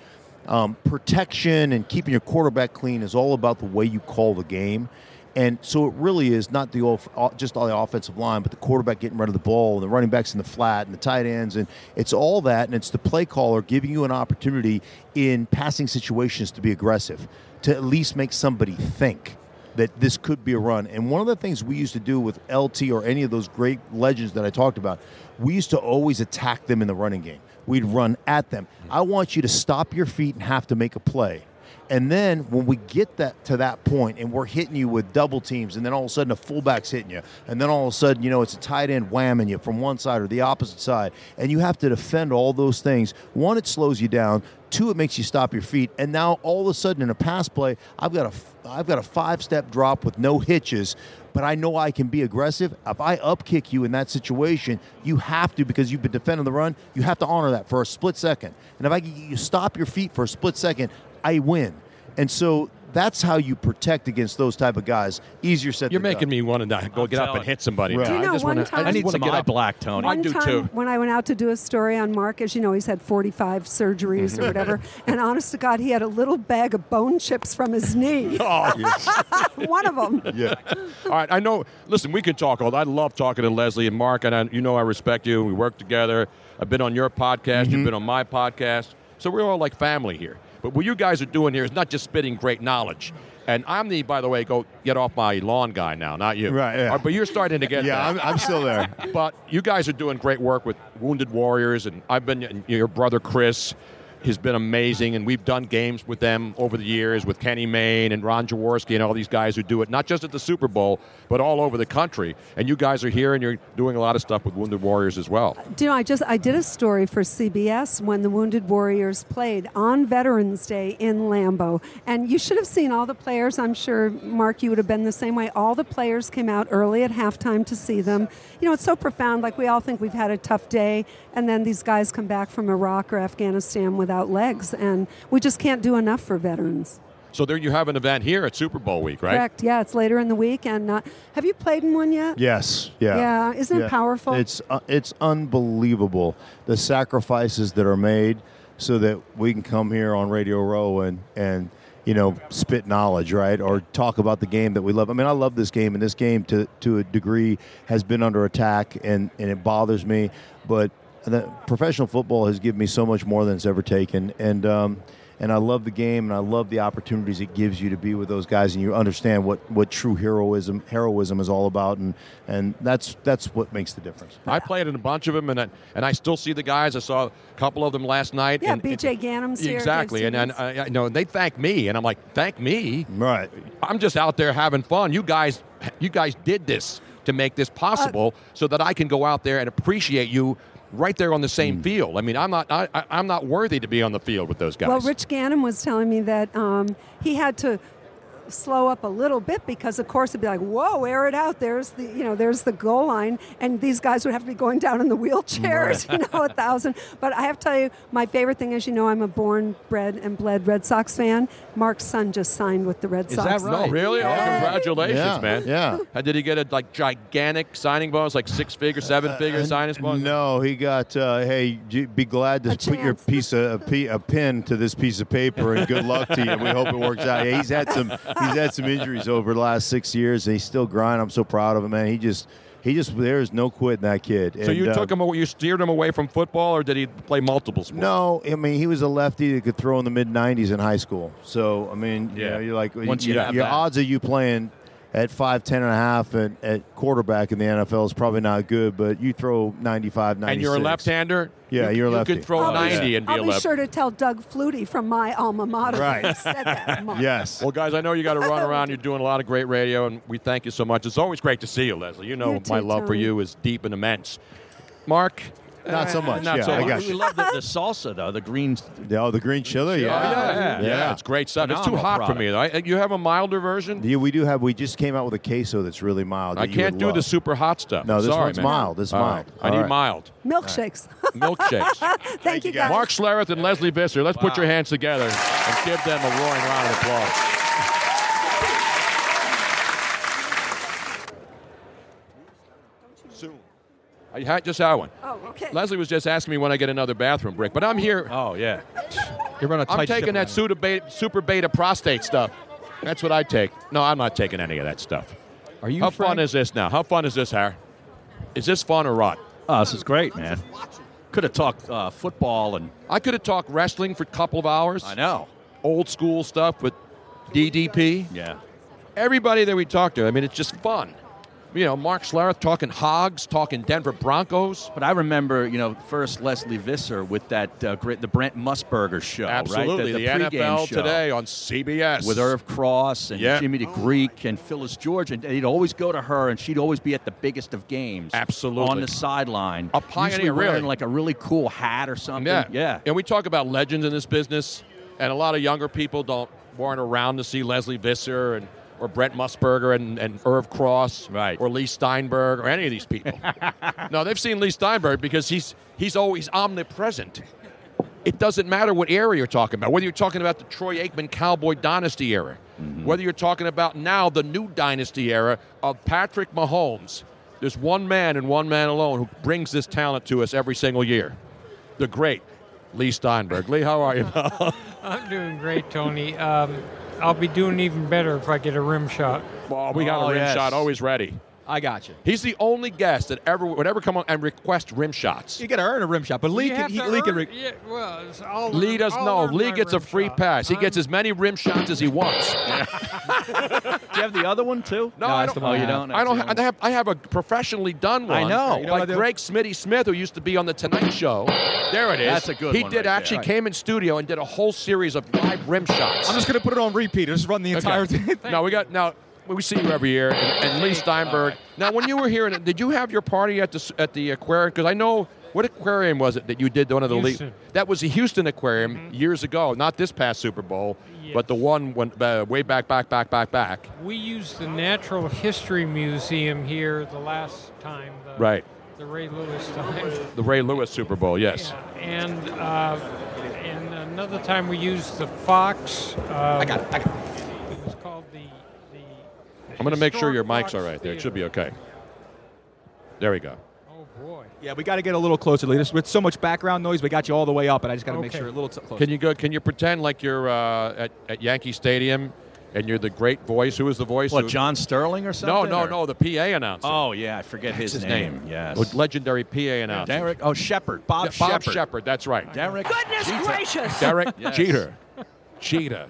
um, protection and keeping your quarterback clean is all about the way you call the game. And so it really is not the off, o- just all the offensive line, but the quarterback getting rid of the ball, and the running backs in the flat, and the tight ends, and it's all that, and it's the play caller giving you an opportunity in passing situations to be aggressive, to at least make somebody think that this could be a run. And one of the things we used to do with LT or any of those great legends that I talked about, we used to always attack them in the running game. We'd run at them. I want you to stop your feet and have to make a play. And then when we get that to that point and we're hitting you with double teams and then all of a sudden a fullback's hitting you and then all of a sudden you know it's a tight end whamming you from one side or the opposite side and you have to defend all those things. One it slows you down, Two, it makes you stop your feet. And now all of a sudden, in a pass play, I've got a f- I've got a five step drop with no hitches, but I know I can be aggressive. If I upkick you in that situation, you have to because you've been defending the run. You have to honor that for a split second. And if I can get you to stop your feet for a split second, I win. And so that's how you protect against those type of guys. Easier said. You're than making done. me want to go get up and telling hit somebody. Right. Do you I know just one wanna- time- I I just need want to some get eye up. black, Tony. I One do time too. when I went out to do a story on Mark, as you know, he's had 45 surgeries or whatever, and honest to God, he had a little bag of bone chips from his knee. Oh, One of them. Yeah. All right, I know. Listen, we could talk all. I love talking to Leslie and Mark, and I, you know I respect you. We work together. I've been on your podcast. You've been on my podcast. So we're all like family here. But what you guys are doing here is not just spitting great knowledge. And I'm the, by the way, go get off my lawn guy now, not you. Right, yeah. All But you're starting to get. Yeah, that. I'm, I'm still there. But you guys are doing great work with Wounded Warriors, and I've been and your brother Chris, has been amazing, and we've done games with them over the years with Kenny Mayne and Ron Jaworski and all these guys who do it, not just at the Super Bowl, but all over the country. And you guys are here, and you're doing a lot of stuff with Wounded Warriors as well. Do you know, I just I did a story for CBS when the Wounded Warriors played on Veterans Day in Lambeau, and you should have seen all the players. I'm sure Mark, you would have been the same way. All the players came out early at halftime to see them. You know, it's so profound. Like we all think we've had a tough day, and then these guys come back from Iraq or Afghanistan without legs, and we just can't do enough for veterans. So there you have an event here at Super Bowl week, right? Correct. Yeah, it's later in the week, and uh, have you played in one yet? Yes. Yeah. Yeah, isn't it powerful? It's uh, it's unbelievable the sacrifices that are made so that we can come here on Radio Row and and you know spit knowledge, right? Or talk about the game that we love. I mean, I love this game, and this game to to a degree has been under attack, and and it bothers me. But the professional football has given me so much more than it's ever taken, and. Um, and I love the game, and I love the opportunities it gives you to be with those guys, and you understand what, what true heroism heroism is all about, and, and that's that's what makes the difference. I played in a bunch of them, and I, and I still see the guys. I saw a couple of them last night. Yeah, and, BJ Gannum's here. Exactly, and, Dave and Stevens. I, I know and they thank me, and I'm like, thank me. Right. I'm just out there having fun. You guys, you guys did this to make this Uh, possible, so that I can go out there and appreciate you right there on the same field. I mean, I'm not, I, I- I'm not worthy to be on the field with those guys. Well, Rich Gannon was telling me that um, he had to slow up a little bit because, of course, it'd be like, "Whoa, air it out!" There's the, you know, there's the goal line, and these guys would have to be going down in the wheelchairs, you know, a thousand. But I have to tell you, my favorite thing is, you know, I'm a born, bred, and bled Red Sox fan. Mark's son just signed with the Red Is Sox. that right? No, really? Oh, congratulations, Yeah, man. yeah. And did he get a like gigantic signing bonus, like six figure, seven figure signing bonus? Uh, No, he got. Uh, hey, j- be glad to A put your chance. piece of a, pe- a pin to this piece of paper, and good luck to you. We hope it works out. Yeah, he's had some. He's had some injuries over the last six years, and he's still grinding. I'm so proud of him, man. He just. He just. There is no quitting that kid. So you And, uh, took him away, you steered him away from football, or did he play multiple sports? No, I mean he was a lefty that could throw in the mid 90s in high school. So I mean, you Yeah. know, you're like Once you you know, have your that. odds of you playing at 5 10 and a half and at quarterback in the NFL is probably not good, but you throw 95 96. And you're a left-hander. Yeah, you, you're a you lefty. could throw Oh, 90 yeah. and be I'll a be lefty. sure to tell Doug Flutie from my alma mater. Right. I said that, Mark. Yes. Well, guys, I know you got to run around. You're doing a lot of great radio, and we thank you so much. It's always great to see you, Leslie. You know You too, my love for Tony. you is deep and immense. Mark, Not so much. not yeah, so I much. got We you. love the, the salsa though, the greens. Yeah, Oh, the green chili. Oh, Yeah. yeah. Yeah. it's great stuff. it's too Phenomenal hot for product. me. I, you have a milder version. Yeah, we do have. We just came out with a queso that's really mild. I that you can't would do the love. super hot stuff. No, this Sorry, one's man. mild. This is All mild. right. I need All right. mild Milkshakes. milkshakes. Thank, you guys. Mark Schlereth and Leslie Visser. Let's put your hands together and give them a roaring round of applause. Soon. I had Uh, just had one. Oh, okay. Leslie was just asking me when I get another bathroom break, but I'm here. Oh yeah. You run a tight I'm taking ship that around. super beta, super beta prostate stuff. That's what I take. No, I'm not taking any of that stuff. Are you How Frank? fun is this now? How fun is this, Harry? Is this fun or rot? Oh, this is great, man. Could have talked uh, football and I could have talked wrestling for a couple of hours. I know. Old school stuff with DDP. Yeah. everybody that we talk to, I mean, it's just fun. You know, Mark Schlereth talking Hogs, talking Denver Broncos. But I remember, you know, first Leslie Visser with that uh, great, the Brent Musburger show, Absolutely, right? the, pregame NFL show today on CBS with Irv Cross and Yeah. Jimmy DeGreek and Phyllis George, and they'd always go to her, and she'd always be at the biggest of games, Absolutely. on the sideline, A pioneer, usually wearing really. like a really cool hat or something. Yeah, yeah. And we talk about legends in this business, and a lot of younger people don't weren't around to see Leslie Visser and or Brent Musburger and, and Irv Cross, Right. Or Lee Steinberg or any of these people. no, they've seen Lee Steinberg because he's he's always omnipresent. It doesn't matter what era you're talking about, whether you're talking about the Troy Aikman Cowboy Dynasty era, Mm-hmm. whether you're talking about now the new dynasty era of Patrick Mahomes. There's one man and one man alone who brings this talent to us every single year the great Lee Steinberg. Lee, how are you? I'm doing great, Tony. Um, I'll be doing even better if I get a rim shot. well, we got a Oh, rim yes. shot always ready. I got you. He's the only guest that ever would ever come on and request rim shots. You got to earn a rim shot, but Lee You can, have he, to Lee can earn- re- yeah, well, it's all- Lee doesn't know. all earned Lee by gets a rim free shot. pass. He I'm- gets as many rim shots as he wants. Do you have the other one too? No, I that's don't. the one Oh, you don't. I That's don't. the ha- I have. I have a professionally done one. I know. You know By what I do? Greg Smitty Smith, who used to be on the Tonight Show. There it is. That's a good He one right did there. actually Right. came in studio and did a whole series of live rim shots. I'm just going to put it on repeat. Just run the entire thing. now we got now. We see you every year, and, and Lee Steinberg. Now, when you were here, did you have your party at the s- at the aquarium? Because I know what aquarium was it that you did one of the Houston. Lee? That was the Houston Aquarium Mm-hmm. years ago, not this past Super Bowl, but the one when, uh, way back, back, back, back, back. We used the Natural History Museum here the last time. Uh, The, Right. The Ray Lewis time. The Ray Lewis Super Bowl, yes. And uh, and another time we used the Fox. Uh, I got it. I got it. was called the. the I'm going to make sure Historic your mic's Fox all right there. It should be Theater. okay. There we go. Oh boy. Yeah, we got to get a little closer, Lee. Just With so much background noise, we got you all the way up, and I just got to make Okay. sure a little t- closer. Can you go? Can you pretend like you're uh, at, at Yankee Stadium and you're the great voice? Who is the voice? one. who- What John Sterling or something? No, no, or- no. The PA announcer. Oh yeah, I forget his, his name. name. Yes. The legendary PA announcer. Derek. Oh, Shepard. Bob Yeah, Bob Shepard. Shepard. That's right. Derek. Goodness gracious! Derek Yes. Jeter. Cheetah.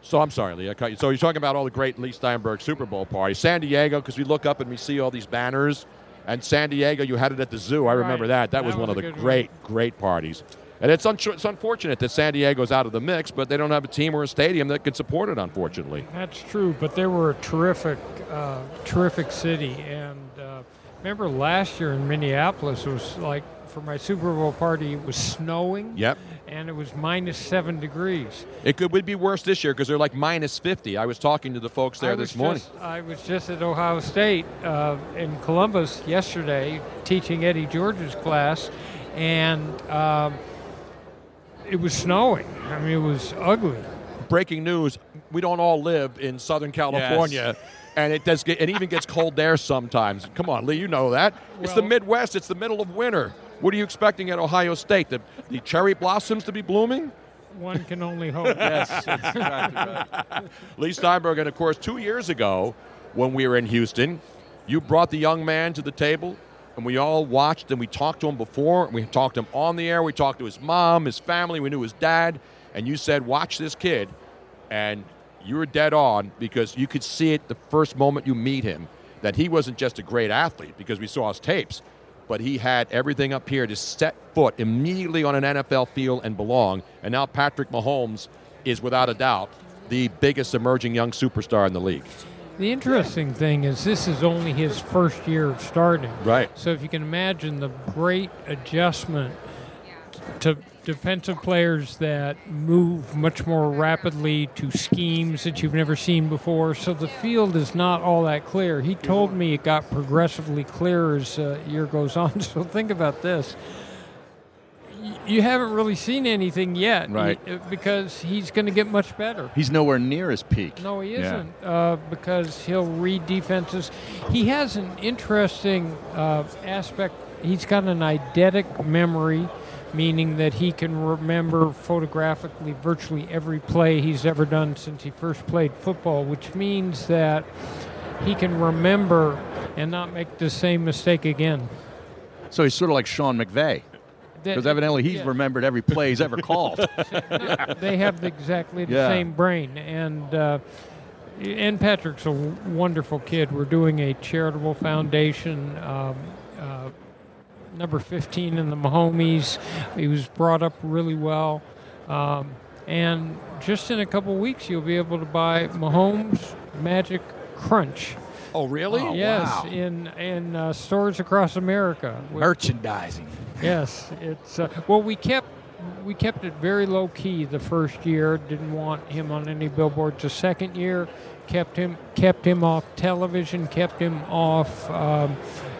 So I'm sorry, Lee. I cut you. So you're talking about all the great Lee Steinberg Super Bowl parties. San Diego, because we look up and we see all these banners. And San Diego, you had it at the zoo. I remember Right. that. That, That was, was one of a the good one. great, great parties. And it's, un- it's unfortunate that San Diego's out of the mix, but they don't have a team or a stadium that could support it, unfortunately. That's true, but they were a terrific, uh, terrific city. And uh, remember last year in Minneapolis, it was like for my Super Bowl party, it was snowing. Yep. And it was minus seven degrees. It could would be worse this year because they're like minus 50. I was talking to the folks there I this was morning. Just, I was just at Ohio State uh, in Columbus yesterday teaching Eddie George's class, and um, it was snowing. I mean, it was ugly. breaking news we don't all live in southern california and it does get it even gets cold there sometimes come on lee you know that it's the Well- midwest it's the middle of winter what are you expecting at ohio state the, the cherry blossoms to be blooming One can only Oh, hope. lee steinberg and of course two years ago when we were in houston you brought the young man to the table and we all watched and we talked to him before and we talked to him on the air we talked to his mom his family we knew his dad and you said watch this kid and you were dead on because you could see it the first moment you meet him that he wasn't just a great athlete because we saw his tapes, but he had everything up here to set foot immediately on an NFL field and belong. And now Patrick Mahomes is without a doubt the biggest emerging young superstar in the league. The interesting thing is this is only his first year of starting. Right. So if you can imagine the great adjustment to defensive players that move much more rapidly to schemes that you've never seen before. So the field is not all that clear. He told me it got progressively clearer as uh, year goes on. So think about this. Y- You haven't really seen anything yet, Right. y- Because he's going to get much better. He's nowhere near his peak. No, he Yeah. isn't, uh, because he'll read defenses. He has an interesting uh, aspect. He's got an eidetic memory, meaning that he can remember photographically virtually every play he's ever done since he first played football, which means that he can remember and not make the same mistake again. So he's sort of like Sean McVay. That- Because evidently he's yeah. remembered every play he's ever called. they have the- exactly the Yeah. same brain. And uh, and Patrick's a w- wonderful kid. We're doing a charitable foundation. Um, uh, number 15 in the Mahomes. He was brought up really well. Um, and just in a couple weeks, you'll be able to buy Mahomes Magic Crunch. Oh, really? yes, in in uh, stores across America. Merchandising. Yes, it's uh, well. We kept we kept it very low key the first year. Didn't want him on any billboards. The second year, kept him kept him off television, kept him off um,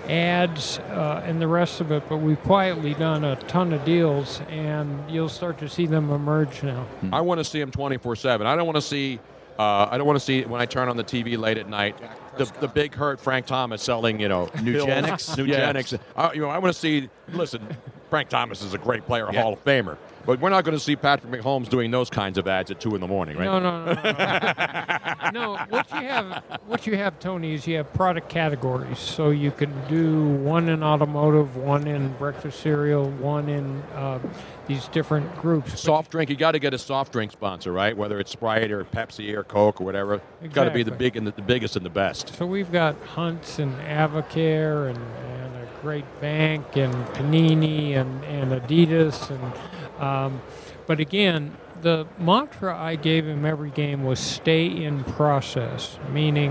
ads, uh, and the rest of it. But we've quietly done a ton of deals, and you'll start to see them emerge now. I want to see him 24 7. I don't want to see. Uh, I don't want to see when I turn on the TV late at night. The, the big hurt Frank Thomas selling you know pills, Nugenics? Nugenics. I, you know I want to see. Listen, Frank Thomas is a great player, a Hall of Famer. But we're not going to see Patrick McHolmes doing those kinds of ads at two in the morning, right? No, no, no, no, no. no, what you have, what you have, Tony, is you have product categories. So you can do one in automotive, one in breakfast cereal, one in uh, these different groups. Soft drink, you got to get a soft drink sponsor, right? Whether it's Sprite or Pepsi or Coke or whatever, got to be the Exactly. big and the, the biggest and the best. So we've got Hunts and Avocare and, and a Great Bank and Panini and, and Adidas and um, but again the mantra I gave him every game was stay in process, meaning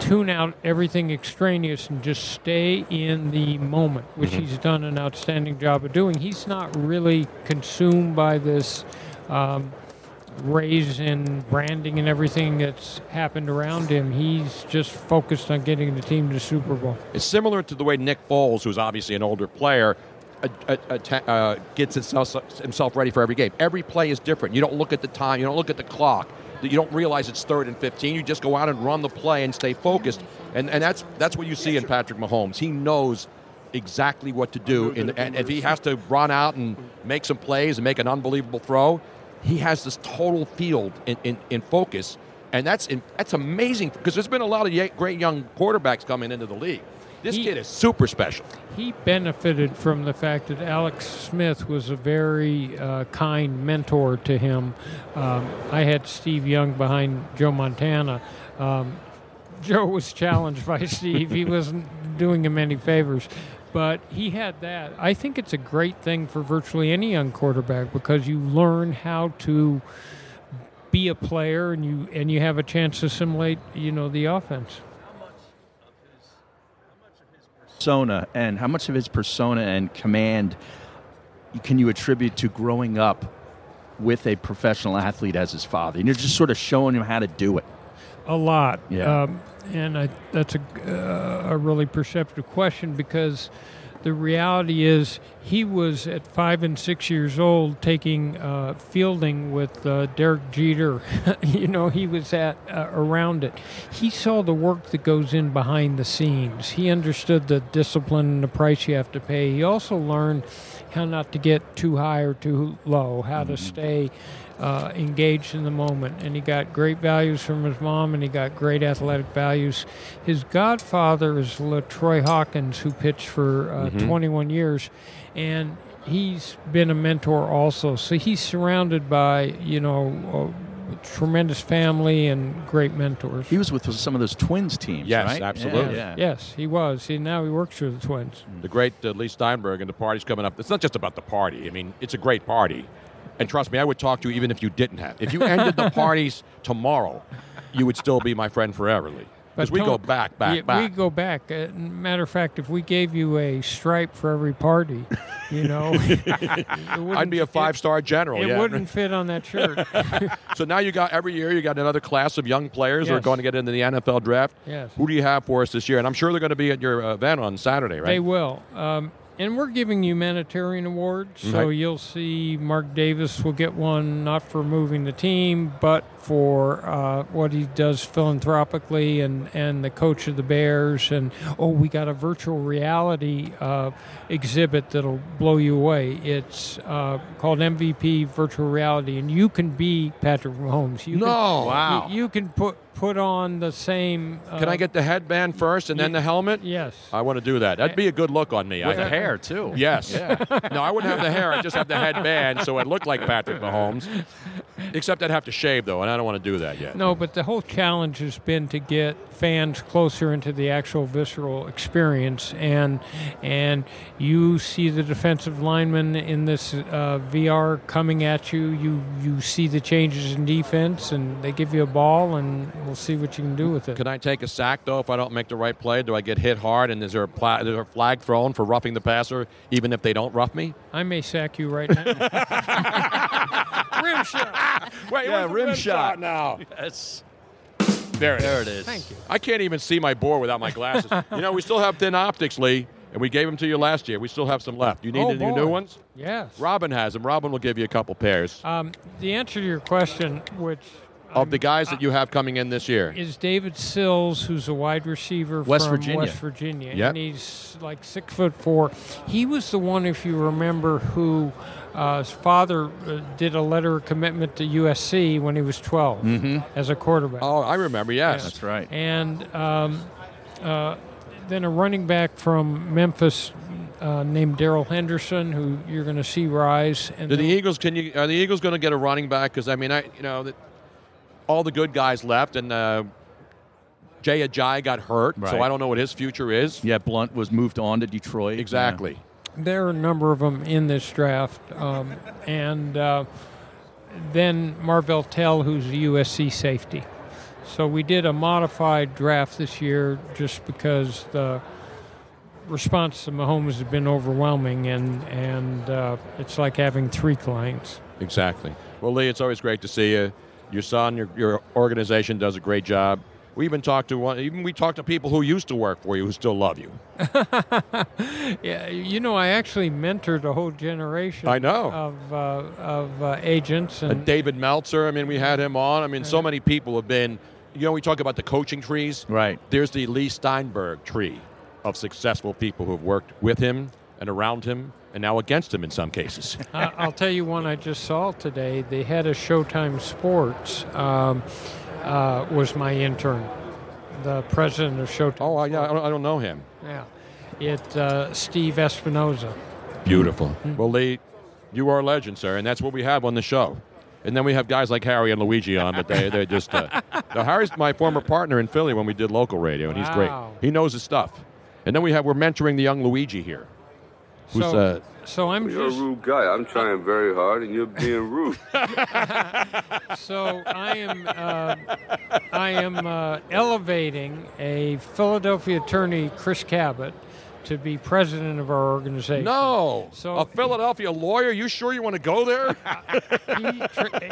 tune out everything extraneous and just stay in the moment, which Mhm. he's done an outstanding job of doing. He's not really consumed by this um, raise in branding and everything that's happened around him. He's just focused on getting the team to Super Bowl. It's similar to the way Nick Foles, who's obviously an older player, a- a- atta- uh, gets himself, himself ready for every game. Every play is different. You don't look at the time, you don't look at the clock, you don't realize it's third and 15. You just go out and run the play and stay focused. And, and that's, that's what you see in Patrick Mahomes. He knows exactly what to do. And, and if he has to run out and make some plays and make an unbelievable throw, he has this total field in, in, in focus. And that's, in, that's amazing because there's been a lot of ye- great young quarterbacks coming into the league. This kid is super special. He benefited from the fact that Alex Smith was a very uh, kind mentor to him. Um, I had Steve Young behind Joe Montana. Um, Joe was challenged by Steve. He wasn't doing him any favors. But he had that. I think it's a great thing for virtually any young quarterback because you learn how to be a player and you and you have a chance to assimilate, you know, the offense. persona and how much of his persona and command can you attribute to growing up with a professional athlete as his father? And you're just sort of showing him how to do it. a lot. Yeah. Um, and I, that's a, uh, a really perceptive question because the reality is he was at five and six years old taking uh, fielding with uh, Derek Jeter. you know, he was at uh, around it. He saw the work that goes in behind the scenes. He understood the discipline and the price you have to pay. He also learned how not to get too high or too low, how to stay uh, engaged in the moment. And he got great values from his mom, and he got great athletic values. His godfather is Latroy Hawkins, who pitched for uh, Mm-hmm. Mhm. 21 years, and he's been a mentor also. So he's surrounded by you know. A, Tremendous family and great mentors. He was with some of those twins teams, Yes, right? absolutely. Yes, yes, he was. See, now he works for the twins. The great uh, Lee Steinberg and the party's coming up. It's not just about the party. I mean, it's a great party. And trust me, I would talk to you even if you didn't have. If you ended the parties tomorrow, you would still be my friend forever, Lee. Because we Tom- go back, back, Yeah, We back. go back. Uh, matter of fact, if we gave you a stripe for every party, you know, I'd be a five-star general. it yeah. wouldn't fit on that shirt. so now you got every year you got another class of young players who are Yes. going to get into the NFL draft. Yes. Who do you have for us this year? And I'm sure they're going to be at your uh, event on Saturday, right? They will. Um, and we're giving humanitarian awards, so Right. you'll see Mark Davis will get one not for moving the team, but for uh, what he does philanthropically, and, and the coach of the Bears, and oh, we got a virtual reality uh, exhibit that'll blow you away. It's uh, called MVP Virtual Reality, and you can be Patrick Mahomes. You No. can, Wow. You, you can put put on the same. Uh, Can I get the headband first and then the helmet? Yes. I want to do that. That'd be a good look on me. With I the think. hair, too. Yes. Yeah. No, I wouldn't have the hair. I'd just have the headband, so it looked like Patrick Mahomes. Except I'd have to shave though, and I don't want to do that yet. No, but the whole challenge has been to get fans closer into the actual visceral experience, and and you see the defensive lineman in this uh, VR coming at you. You you see the changes in defense, and they give you a ball, and we'll see what you can do with it. Can I take a sack though if I don't make the right play? Do I get hit hard? And is there a, pla- is there a flag thrown for roughing the passer, even if they don't rough me? I may sack you right now. rim shot. Wait, Yeah, rim shot. now. Yes. There it is. There it is. Thank you. I can't even see my board without my glasses. you know, we still have thin optics, Lee, and we gave them to you last year. We still have some left. You need Oh, any boy. new ones? Yes. Robin has them. Robin will give you a couple pairs. Um, the answer to your question, which of the guys that you have coming in this year? is David Sills, who's a wide receiver West from Virginia. West Virginia, Yep. and he's like six foot four. He was the one, if you remember, who uh, his father uh, did a letter of commitment to USC when he was 12 Mhm. as a quarterback. Oh, I remember. Yes, that's right. And um, uh, then a running back from Memphis uh, named Daryl Henderson, who you're going to see rise. And Do the Eagles? Can you? Are the Eagles going to get a running back? Because I mean, I you know that all the good guys left, and uh, Jay Ajayi got hurt, so Right. I don't know what his future is. Yeah, Blunt was moved on to Detroit. Exactly. There are a number of them in this draft, um, and uh, then Marvell Tell, who's a USC safety. So we did a modified draft this year just because the response to Mahomes has been overwhelming, and and uh, it's like having three clients. Exactly. Well, Lee, it's always great to see you. Your son, your, your organization does a great job. We even talked to one. Even we talked to people who used to work for you who still love you. Yeah, you know, I actually mentored a whole generation. I know. of uh, of uh, agents Uh, and David Meltzer. I mean, we had him on. I mean, so many people have been. You know, we talk about the coaching trees. Right. There's the Lee Steinberg tree of successful people who've worked with him and around him and now against him in some cases. I- I'll tell you one I just saw today. The head of Showtime Sports um, uh, was my intern, the president of Showtime. Oh, yeah, I don't, I don't know him. Yeah, it uh, Steve Espinoza. Beautiful. Mm. Well, Lee, you are a legend, sir, and that's what we have on the show. And then we have guys like Harry and Luigi on, but they, they're just. Uh, now, Harry's my former partner in Philly when we did local radio, and he's great. Wow. He knows his stuff. And then we have, we're mentoring the young Luigi here. Who's, so, uh, so I'm You're a just rude guy. I'm trying very hard, and you're being rude. so I am uh, I am uh, elevating a Philadelphia attorney, Chris Cabot, to be president of our organization. No. So a Philadelphia lawyer? You sure you want to go there?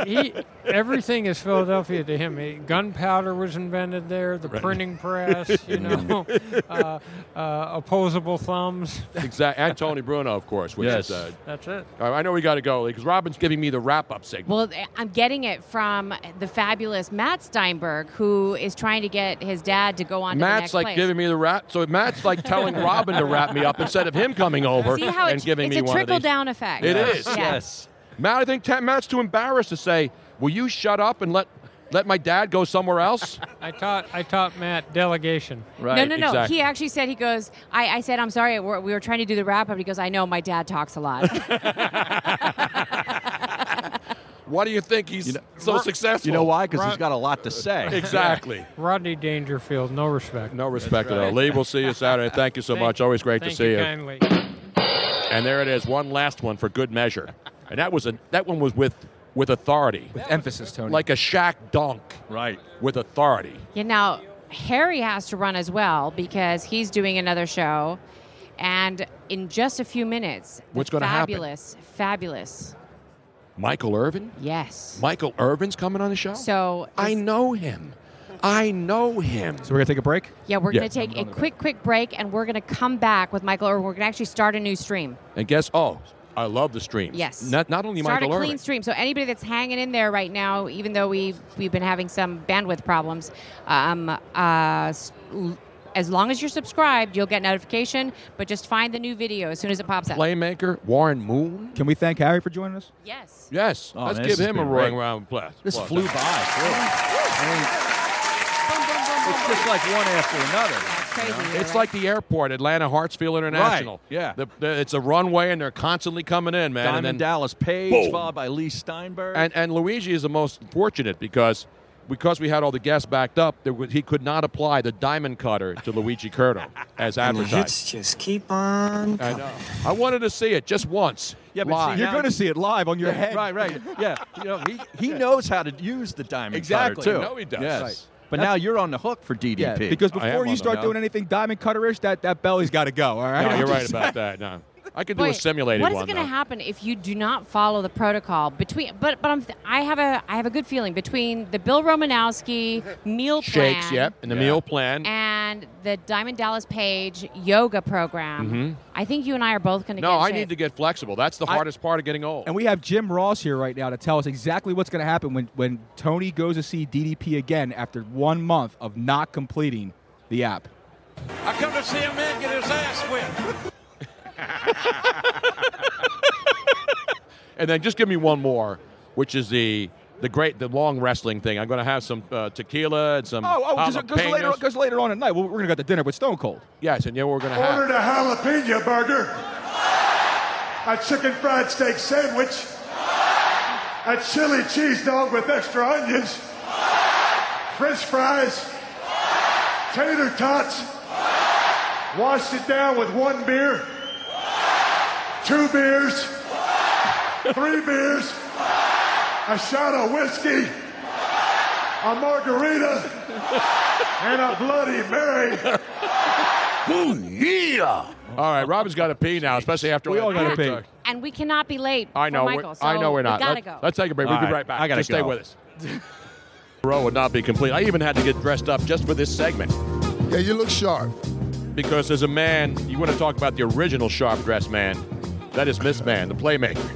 he everything is Philadelphia to him. He- Gunpowder was invented there, the Right. printing press, you know, uh, uh, opposable thumbs. exactly. And Tony Bruno, of course. Which Yes. is, uh, That's it. all right, I know we got to go, Lee, because Robin's giving me the wrap up signal. Well, th- I'm getting it from the fabulous Matt Steinberg, who is trying to get his dad to go on to the next Matt's like place. giving me the wrap. So Matt's like telling Robin to wrap me up instead of him coming over See how and it's, giving it's me a one of trickle these. down effect. It is. Yeah. Matt, I think Ta- Matt's too embarrassed to say, "Will you shut up and let let my dad go somewhere else?" I taught I taught Matt delegation. Right. No, no, no. He actually said, he goes, I, I said, I'm sorry, we're, we were trying to do the wrap up. He goes, I know, my dad talks a lot. Why do you think he's so Ro- successful? You know why? 'Cause he's got a lot to say. exactly. Rodney Dangerfield, no respect. No respect at all. Lee, we'll see you Saturday. Thank you so much. Always great to Thank see you you. kindly. And there it is, one last one for good measure. And that was a that one was with with authority, with emphasis, Tony, like a Shaq dunk, right? With authority. yeah, now, Harry has to run as well because he's doing another show. And in just a few minutes, the What's gonna happen? Fabulous, fabulous. Michael Irvin. Yes. Michael Irvin's coming on the show. So I know him. I know him. So we're gonna take a break. Yeah, we're Yeah. going to take a quick, quick break, and we're going to come back with Michael, or we're going to actually start a new stream. And guess oh, I love the streams. Yes. Not not only start Michael a clean Irvin. stream. So anybody that's hanging in there right now, even though we've we've been having some bandwidth problems, um, uh, s- l- as long as you're subscribed, you'll get notification. But just find the new video as soon as it pops up. Playmaker Warren Moon. Can we thank Harry for joining us? Yes. Yes. Oh, Let's man, give this has him a been roaring great. round of applause. This Applause. flew by, It's just like one after another. It's like the airport, Atlanta Hartsfield International. Right, yeah. The, the- it's a runway, and they're constantly coming in, man. Diamond and then, Dallas Page, Boom. followed by Lee Steinberg. And, and Luigi is the most fortunate because because we had all the guests backed up, there, was- he could not apply the diamond cutter to Luigi Curto as advertised. just keep on. I know. I wanted to see it just once. Yeah, but see, live. You're now- gonna see it live on your head. Right, right. yeah, you know, he, he knows how to use the diamond Exactly. cutter too. No, he does. Yes. Right. But That's- now you're on the hook for DDP. Yeah, because Oh, before you start doing anything diamond cutterish, that that belly's got to go. All right. No, you're right about that. No, I could do a Wait, simulated What is one. going to though. happen if you do not follow the protocol between? But but I'm, I have a I have a good feeling between the Bill Romanowski meal plan Shakes, yep, and the meal plan. and and the Diamond Dallas Page yoga program. Mhm. I think you and I are both going to No, get I in shape. need to get flexible. That's the hardest part of getting old. And we have Jim Ross here right now to tell us exactly what's going to happen when, when Tony goes to see DDP again after one month of not completing the app. I come to see a man get his ass whipped. And then just give me one more, which is the the great the long wrestling thing. I'm going to have some uh, tequila and some. Oh, oh, because later, jalapenos. 'cause later on at night, we're going to go to dinner with Stone Cold. Yes, and yeah, we're going to have. Ordered a jalapeno burger, a chicken fried steak sandwich, a chili cheese dog with extra onions, french fries, tater tots, washed it down with one beer, two beers, three beers, a shot of whiskey, a margarita, and a Bloody Mary. yeah! All right, Robin's got to pee now, especially after We all that gotta big pee. talk. and we cannot be late. I for know. we're- Michael, so I know we're not. We gotta Let, go. us take a break. We'll All be right, right back. I gotta Just stay go. with us. Row would not be complete. I even had to get dressed up just for this segment. Yeah, you look sharp. Because as a man, you want to talk about the original sharp dressed man. That is Miss Man, the playmaker.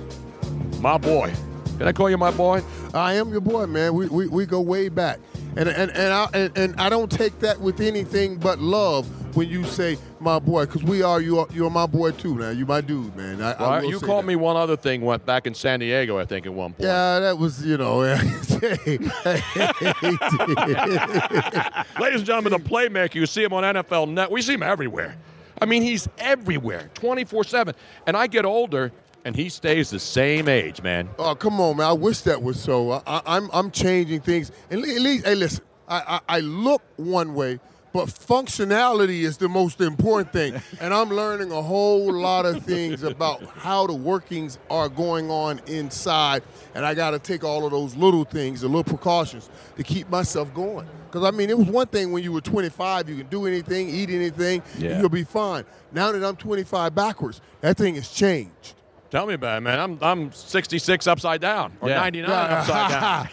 My boy. Can I call you my boy? I am your boy, man. We, we, we go way back. And and and I and, and I don't take that with anything but love when you say my boy, because we are you are, you're my boy too now. You my dude, man. I, I Well, will you say called that. me one other thing went back in San Diego, I think, at one point. Yeah, that was you know. Ladies and gentlemen, the playmaker, you see him on NFL Net. We see him everywhere. I mean, he's everywhere, 24 7. And I get older, and he stays the same age, man. Oh, come on, man. I wish that was so. I, I, I'm I'm changing things. And at least, hey, listen, I, I, I look one way, but functionality is the most important thing. and I'm learning a whole lot of things about how the workings are going on inside. And I got to take all of those little things, the little precautions to keep myself going. Because, I mean, it was one thing when you were 25, you can do anything, eat anything, Yeah. and you'll be fine. Now that I'm 25 backwards, that thing has changed. Tell me about it, man. I'm, I'm 66 upside down, or Yeah. 99 Yeah.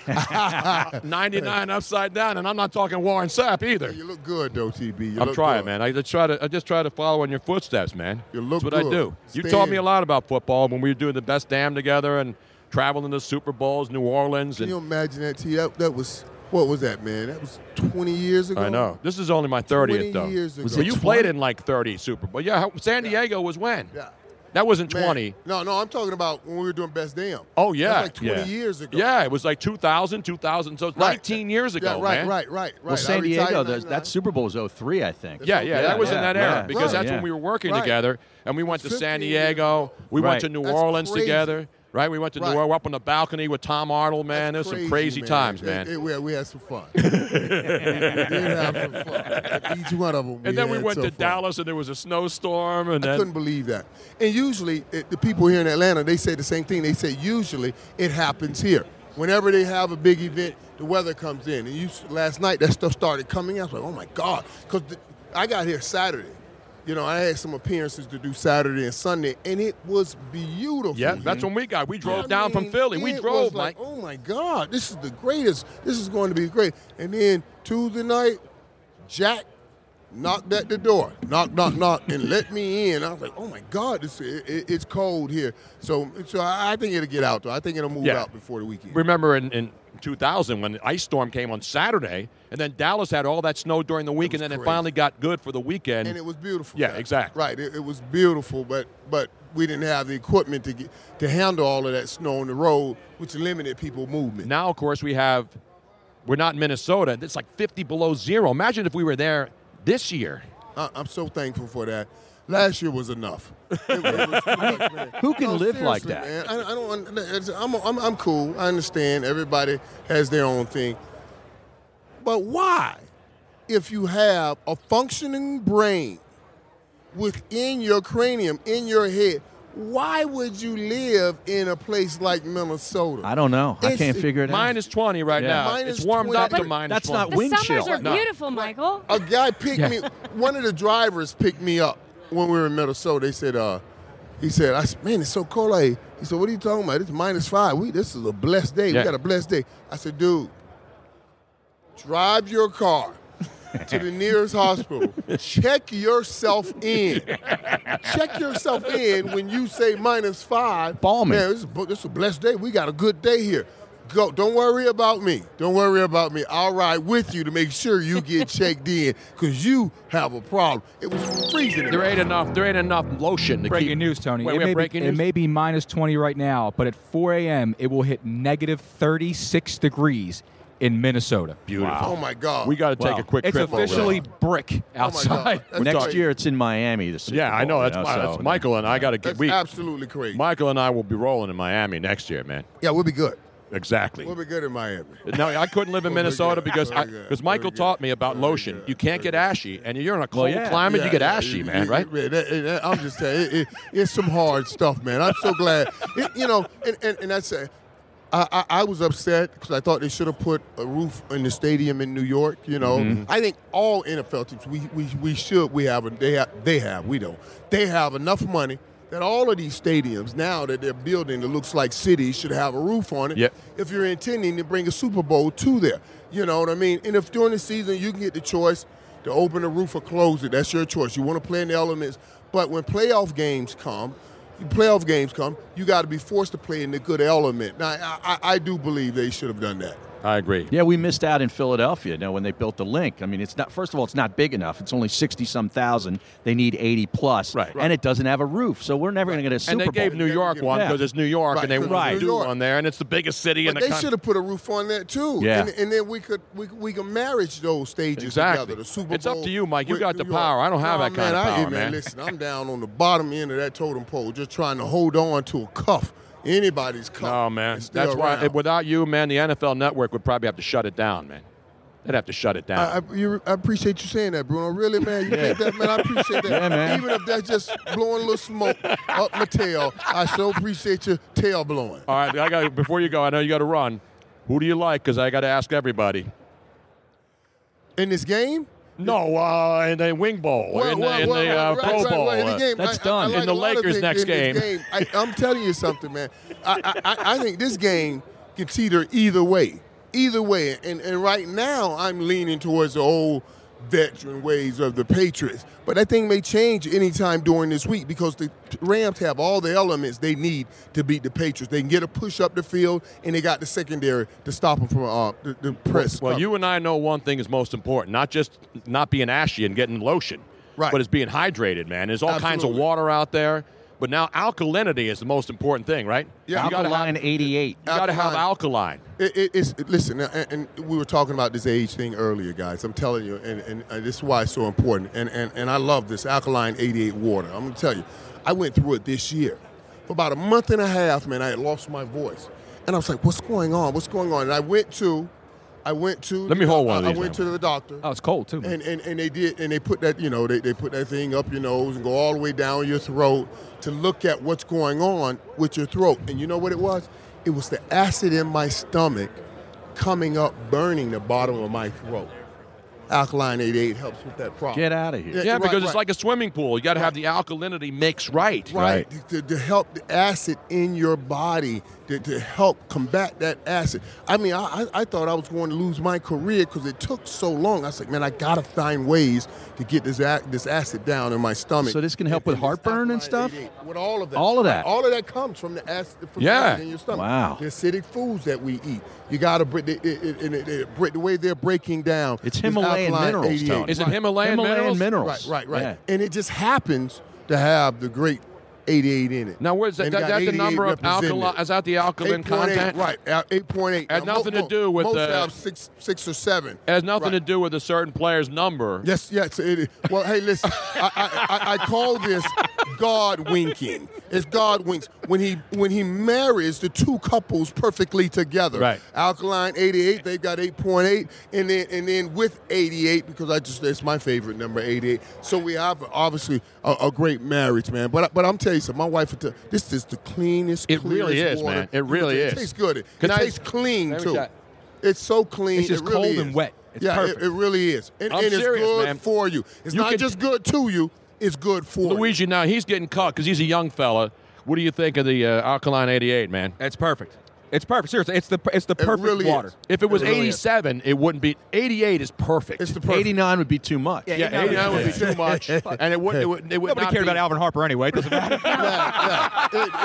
upside down. 99 upside down, and I'm not talking Warren Sapp either. You look good, though, TB. You I'm look trying, good. man. I just try to I just try to follow in your footsteps, man. You look That's what I good. do. You Stay taught in. me a lot about football when we were doing the best damn together and traveling to Super Bowls, New Orleans, Can and you imagine that, T? That, that was, what was that, man? That was 20 years ago. I know. This is only my 30th, 20 though. years Was Well, it you 20? played in like 30 Super Bowl. Yeah, how- San Diego was when? Yeah. That wasn't Man, 20. No, no, I'm talking about when we were doing Best Damn. Oh, yeah. That's like 20 yeah. years ago. Yeah, it was like 2000, 2000. So it's 19 years ago, Yeah, right, man. right, right, right. Well, San Diego, those- that Super Bowl was 03, I think. Yeah, yeah, that was in that era yeah, because yeah, that's yeah. when we were working Right. together, and we went to 15 San years Diego. We went Right. to New That's Orleans crazy. together, right? We went to Right. New Orleans up on the balcony with Tom Arnold, man. There's some crazy times, man. It- it- we, had, we had some fun. we did have some fun. Each one of them. and then we had went to some fun. Dallas, and there was a snowstorm, and I then couldn't believe that. And usually, it, the people here in Atlanta, they say the same thing. They say usually it happens here. Whenever they have a big event, the weather comes in. And you, last night, that stuff started coming out. I was like, oh my God, because I got here Saturday. You know, I had some appearances to do Saturday and Sunday, and it was beautiful. yeah, that's when we got. We drove down from Philly. We It drove, was like, Mike. oh my God, this is the greatest. This is going to be great. And then Tuesday night, Jack knocked at the door, knock, knock, knock, and let me in. I was like, oh my God, this it, it- it's cold here. So, so I, I think it'll get out though. I think it'll move Yeah. out before the weekend. Remember in, in 2000 when the ice storm came on Saturday, and then Dallas had all that snow during the week, and then it crazy. finally got good for the weekend. And it was beautiful. Yeah, exactly. Right, it, it was beautiful, but but we didn't have the equipment to get to handle all of that snow on the road, which limited people movement. Now, of course, we have we're not in Minnesota. It's like 50 below zero. Imagine if we were there this year. I, I'm so thankful for that. Last year was enough. Who can live like seriously, that? Man. I, I don't. un- it's- I'm, I'm, I'm cool. I understand. Everybody has their own thing. But why, if you have a functioning brain within your cranium, in your head, why would you live in a place like Minnesota? I don't know. I It's- can't figure it out. Minus 20 right Yeah. now. Minus it's warmed up to 20. minus That's 20. not The wind Summers are beautiful, Michael. A guy picked Yeah. me. One of the drivers picked me up when we were in Minnesota. They said, uh, he said, I, s- man, it's so cold out here. He said, what are you talking about? It's minus five. We this is a blessed day. Yeah. We got a blessed day. I said, dude, drive your car to the nearest hospital. Check yourself in. Check yourself in when you say minus five. Balmy. Man, this is, bu- this is a blessed day. We got a good day here. Go. Don't worry about me. Don't worry about me. I'll ride with you to make sure you get checked in because you have a problem. It was freezing. There ain't enough. There ain't enough lotion to breaking keep. news, Tony. Wait, it, we have may breaking be, news. it may be minus 20 right now, but at 4 a.m. it will hit negative 36 degrees in Minnesota. Beautiful. Oh my God. Oh, We gotta take Wow. a quick It's trip over officially there. brick outside. Next year, it's in Miami. The Super Yeah, I know. Bowl, That's, you my, so- that's Michael and I got to get. That's We, absolutely crazy. Michael and I will be rolling in Miami next year, man. Yeah, we'll be good. Exactly. We'll be good in Miami. No, I couldn't live in We'll be Minnesota good. because We'll be good. because Michael taught me about lotion. You can't get ashy, and you're in a cold yeah. climate, Yeah, you get yeah, ashy, yeah, man. yeah, Right? yeah, that- that- I'm just saying, it, it, it's some hard stuff, man. I'm so glad. It- you know, and, and, and that's a, I, I, I was upset because I thought they should have put a roof in the stadium in New York. You know, Mhm. I think all NFL teams, we, we, we should, we have, a, they have, they have, we don't. They have enough money that all of these stadiums now that they're building that looks like cities should have a roof on it Yep. if you're intending to bring a Super Bowl to there. You know what I mean? And if during the season you can get the choice to open the roof or close it, that's your choice. You want to play in the elements, but when playoff games come, playoff games come, you got to be forced to play in the good element. Now, I, I, I do believe they should have done that. I agree. Yeah, we missed out in Philadelphia. You know, when they built the link, I mean, it's not. First of all, it's not big enough. It's only sixty some thousand. They need eighty plus, right? And it doesn't have a roof, so we're never going to get a Super And they Bowl. gave New York one Yeah. because it's New York, Right, and they 'cause want it's to New do York. one there, and it's the biggest city in But the they country. should have put a roof on that too. Yeah. And, and then we could we, we could marriage those stages Exactly. together. The Super It's up Bowl. to you, Mike. You with got the New York. power. I don't have Nah, that kind man, of I, hey, power, man. Listen, I'm down on the bottom end of that totem pole, just trying to hold on to a cuff. Anybody's cuff. Oh man, It's still that's why. around. without you, man, the NFL Network would probably have to shut it down, man. They'd have to shut it down. I, I, you, I appreciate you saying that, Bruno. Really, man. You Yeah. think that, man? I appreciate that. Yeah, man. Even if that's just blowing a little smoke up my tail, I so appreciate your tail blowing. All right, I got before you go. I know you got to run. Who do you like? Because I got to ask everybody. In this game? No, uh, in the Wing Bowl, Well, in well, the, in well, the well, uh, right, Pro right, Bowl. right. In the game, I- I- I like in the a lot of Lakers things next in this game. game. I, I'm telling you something, man. I, I, I- I think this game can teeter either way, either way. And and right now, I'm leaning towards the old veteran ways of the Patriots. But that thing may change anytime during this week because the Rams have all the elements they need to beat the Patriots. They can get a push up the field, and they got the secondary to stop them from uh, the, the press. Well, you and I know one thing is most important: not just not being ashy and getting lotion, Right. But it's being hydrated, man. There's all kinds of Absolutely. water out there. But now alkalinity is the most important thing, right? Yeah. you gotta Alkaline have, 88. You got to have alkaline. It, it, it's listen, and, and we were talking about this age thing earlier, guys. I'm telling you, and, and uh, this is why it's so important. And, and and I love this alkaline 88 water. I'm gonna tell you, I went through it this year. For about a month and a half, man, I had lost my voice, and I was like, "What's going on? What's going on?" And I went to, I went to. Let me hold one of I- these I went now. to the doctor. Oh, it's cold too. And, and and they did, and they put that, you know, they, they put that thing up your nose and go all the way down your throat to look at what's going on with your throat. And you know what it was? It was the acid in my stomach coming up, burning the bottom of my throat. Alkaline 88 helps with that problem. Get outta Yeah, Yeah, right, because right. it's like a swimming pool. You got to have the alkalinity mix right. Right. To, to help the acid in your body, to, to help combat that acid. I mean, I, I, I thought I was going to lose my career because it took so long. I was like, man, I got to find ways to get this, ac- this acid down in my stomach. So this can help with heartburn and stuff. With all of that. All of that. All of that comes from the acid from Yeah. the acid in your stomach. Wow. The acidic foods that we eat. You got to break it, it, it, it, it, break- the way they're breaking down. It's this Himalayan alkaline minerals, 88. Tony. Is it Himalayan Himalayan minerals? minerals. Right, right, right. Yeah. And it just happens to have the great 88 in it. Now, where's that? And that got that's the 88 number of alkaline. represented. Is that the alkaline 8.8, content? Right, uh, 8.8. Had Now, nothing to mo- do with most the- have six, six or seven. It has nothing Right. to do with a certain player's number. Yes, yes. It is. Well, hey, listen. I, I, I, I call this God winking. It's God winks when he when he marries the two couples perfectly together. Right. Alkaline 88. They've got 8.8, and then and then with 88 because I just it's my favorite number 88. So we have obviously a, a great marriage, man. But I- but I'm telling you something. My wife would tell this is the cleanest. It really clearest is, water. man. It really it is. tastes good. It, Can I- tastes clean Let me too. try- It's so clean. It's just it really cold and is. wet. It's yeah, perfect. It, it really is. And, I'm and it's serious, good man. for you. It's You not can- just good to you, it's good for you. Luigi, now he's getting caught because he's a young fella. What do you think of the uh, alkaline 88, man? It's perfect. It's perfect. Seriously, it's the it's the perfect really water. is. If it was really is. 87, it wouldn't be. 88 is perfect. It's the perfect. 89 would be too much. Yeah, 89, would be too much, and it would. It would. It would Nobody not cared be- about Alvin Harper anyway. It doesn't matter.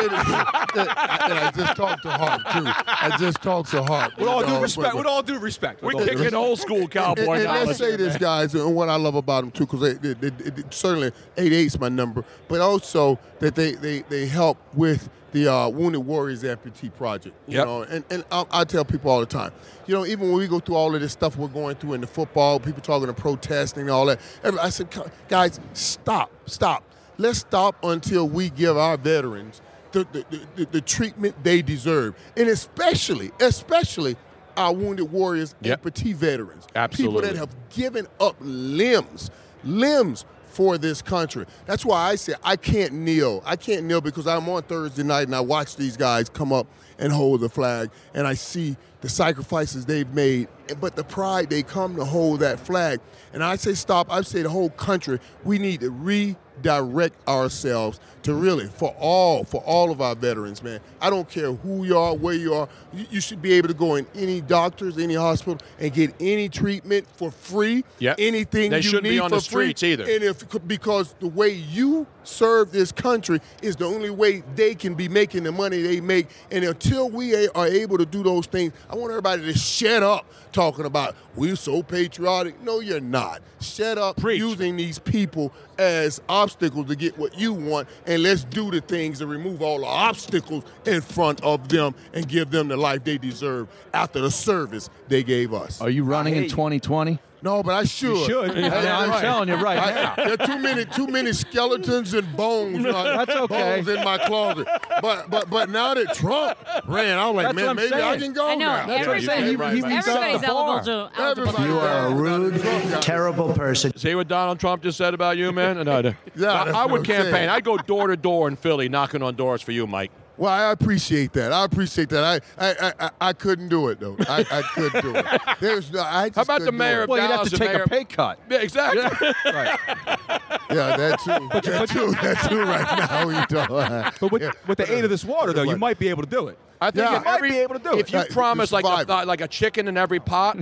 and I just talked to Hart too. I just talked to Hart. With all Um, due respect, but- with all due respect, We're with all due kicking respect. old school cowboy And, and knowledge let's say here, this, man. guys, and what I love about them too, because they, they, they, they, certainly 88's my number, but also that they they, they help with the uh, Wounded Warriors amputee project. You Yep. know, and and I, I tell people all the time, you know, even when we go through all of this stuff we're going through in the football, people talking and protesting and all that. every- I said, "Come- guys, stop, stop. Let's stop until we give our veterans the, the, the, the, the treatment they deserve, and especially, especially our Wounded Warriors amputee veterans. People Absolutely. that have given up limbs, limbs for this country. That's why I say I can't kneel. I can't kneel because I'm on Thursday night and I watch these guys come up and hold the flag and I see the sacrifices they've made, but the pride they come to hold that flag. And I say stop. I say the whole country, we need to redirect ourselves to really for all for all of our veterans man i don't care who you are where you are you, you should be able to go in any doctors any hospital and get any treatment for free Yep. anything They you shouldn't be need on for the streets free. either. And if because the way you serve this country is the only way they can be making the money they make. And until we a- are able to do those things, I want everybody to shut up talking about we're so patriotic. No, you're not. Shut up using these people as obstacles to get what you want, and let's do the things to remove all the obstacles in front of them and give them the life they deserve after the service they gave us. Are you running in 2020? No, but I should. should. Hey, Yeah, hey, I'm telling you right now. There are too many, too many skeletons and bones. uh, That's okay. Bones in my closet. But, but, but now that Trump ran, I was like, That's what man, I'm maybe I saying. can go I know, now. That's what I'm saying. He- Right, he right, right. Everybody's eligible to. eligible to- You are a rude, terrible person. See what Donald Trump just said about you, man? No, no. I, I would what I'm campaign. saying. I'd go door to door in Philly, knocking on doors for you, Mike. Well, I appreciate that. I appreciate that. I I, I, I couldn't do it though. I, I couldn't do it. There's no. I just How about the couldn't do mayor it. of Dallas? the mayor- Yeah, exactly. Yeah, that too. that too. That too. Right now, you know. But with, with the aid of this water, though, you might be able to do it. I think you if might every- be able to do it. If you promise like a, like a chicken in every pot,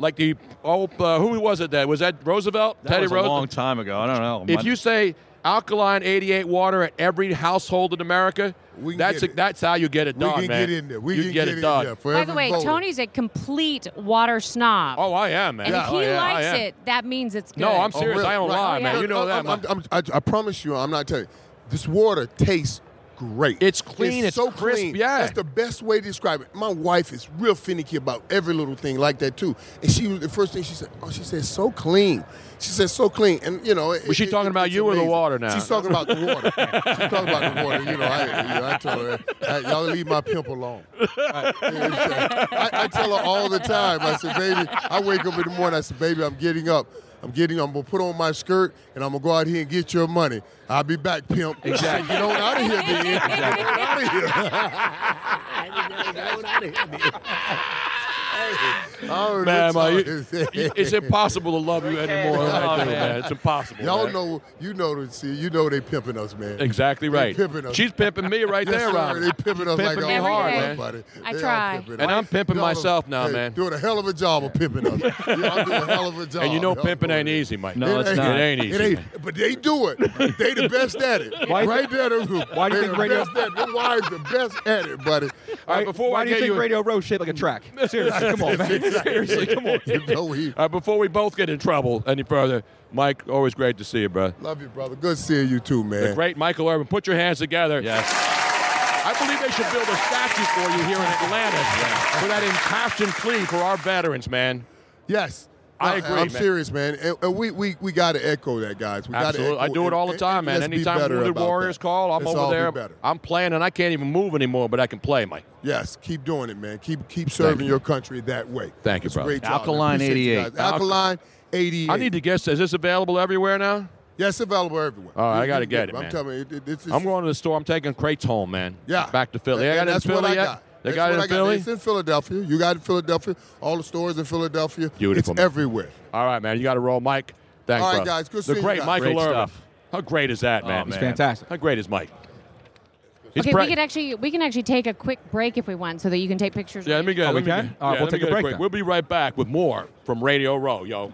like the oh, uh, who was it that was that Roosevelt? That Teddy was a Roosevelt. long time ago. I don't know. If My- you say alkaline 88 water at every household in America, that's get a, that's how you get it We done, can man. get in there. We you can get get it in done. there for By the way, Tony's a complete water snob. Oh, I am, man. And if Yeah. he Oh, yeah, I likes am. it, that means it's good. No, I'm serious. really? I don't Right. lie, Oh, man. yeah. You know I'm- that. I'm- I'm- i I promise you, I'm not telling you. This water tastes great. It's clean, it's so crisp, clean. yeah. that's the best way to describe it. My wife is real finicky about every little thing like that too. And she was the first thing she said. Oh, she said so clean. She said so clean. And you know, Was she talking about it's you or the amazing. water now? She's talking about the water. She's talking about the water. You know, I, you know, I tell her, I, y'all leave my pimp alone. I, I tell her all the time. I said, baby, I wake up in the morning. I said, baby, I'm getting up. I'm getting. I'm gonna put on my skirt and I'm gonna go out here and get your money. I'll be back, pimp. Exactly. Get on out of here, then. Exactly. Get out of here. Man, Oh, that's my, all you- you- it's impossible to love you anymore. Oh, I think, man. man. It's impossible. Y'all man. know, you know, see, you know they pimping us, man. Exactly They right. pimping us. She's pimping me right Yes, there, sir. Robert. They pimping us like Pimping a me hard, man. I try. And I'm pimping myself now, man. Doing a hell of a job of pimping us. Y'all do a hell of a job. And you know pimping ain't easy, Mike. It ain't- It ain't easy. It ain't, but they do it. They the best at it. Why- right there, those who- why do you they think the radio- best at it. Them wires the best at it, buddy. All right, before Why I do you get think you- Radio Row shaped like a track? Seriously, come on, man. Seriously, come on. All right, Uh, before we both get in trouble any further, Mike, always great to see you, bro. Love you, brother. Good seeing you too, man. The great Michael Irvin. Put your hands together. Yes. I believe they should build a statue for you here in Atlanta for that impassioned plea for our veterans, man. Yes. I No, agree. I'm man. serious, man. And, and we we, we got to echo that, guys. We gotta Absolutely. I echo do it all the and- time, and man. let's be Anytime better Wounded about Warriors that. call, I'm Let's all over be there. better. I'm playing and I can't even move anymore, but I can play, Mike. Yes, keep doing it, man. Keep keep serving your country that way. Thank you, It's a brother. Great job. Alkaline Appreciate you 88. guys. Alkaline 88. I need to guess. Is this available everywhere now? Yes, available everywhere. All right, I You- gotta you- get it, I'm man. telling you, it, it, it's, I'm going to the store. I'm taking crates home, man. Yeah. Back to Philly. And- I got and it in that's Philly what I yet? got. They That's got it what in I Philly? It's in Philadelphia. You got it in Philadelphia. All the stores in Philadelphia. Beautiful. It's everywhere. All right, man. You got to roll, Mike. Thanks, All right, brother. guys, good The seeing you great guys. Michael Great Oh, Irvin. stuff. How great is that, man? it's fantastic. How great is Mike? He's okay, bright. we can actually we can actually take a quick break if we want, so that you can take pictures. Yeah, let me get. Oh, let we me can? get- All right, yeah, we'll let me take a get break quick. then. We'll be right back with more from Radio Row, yo.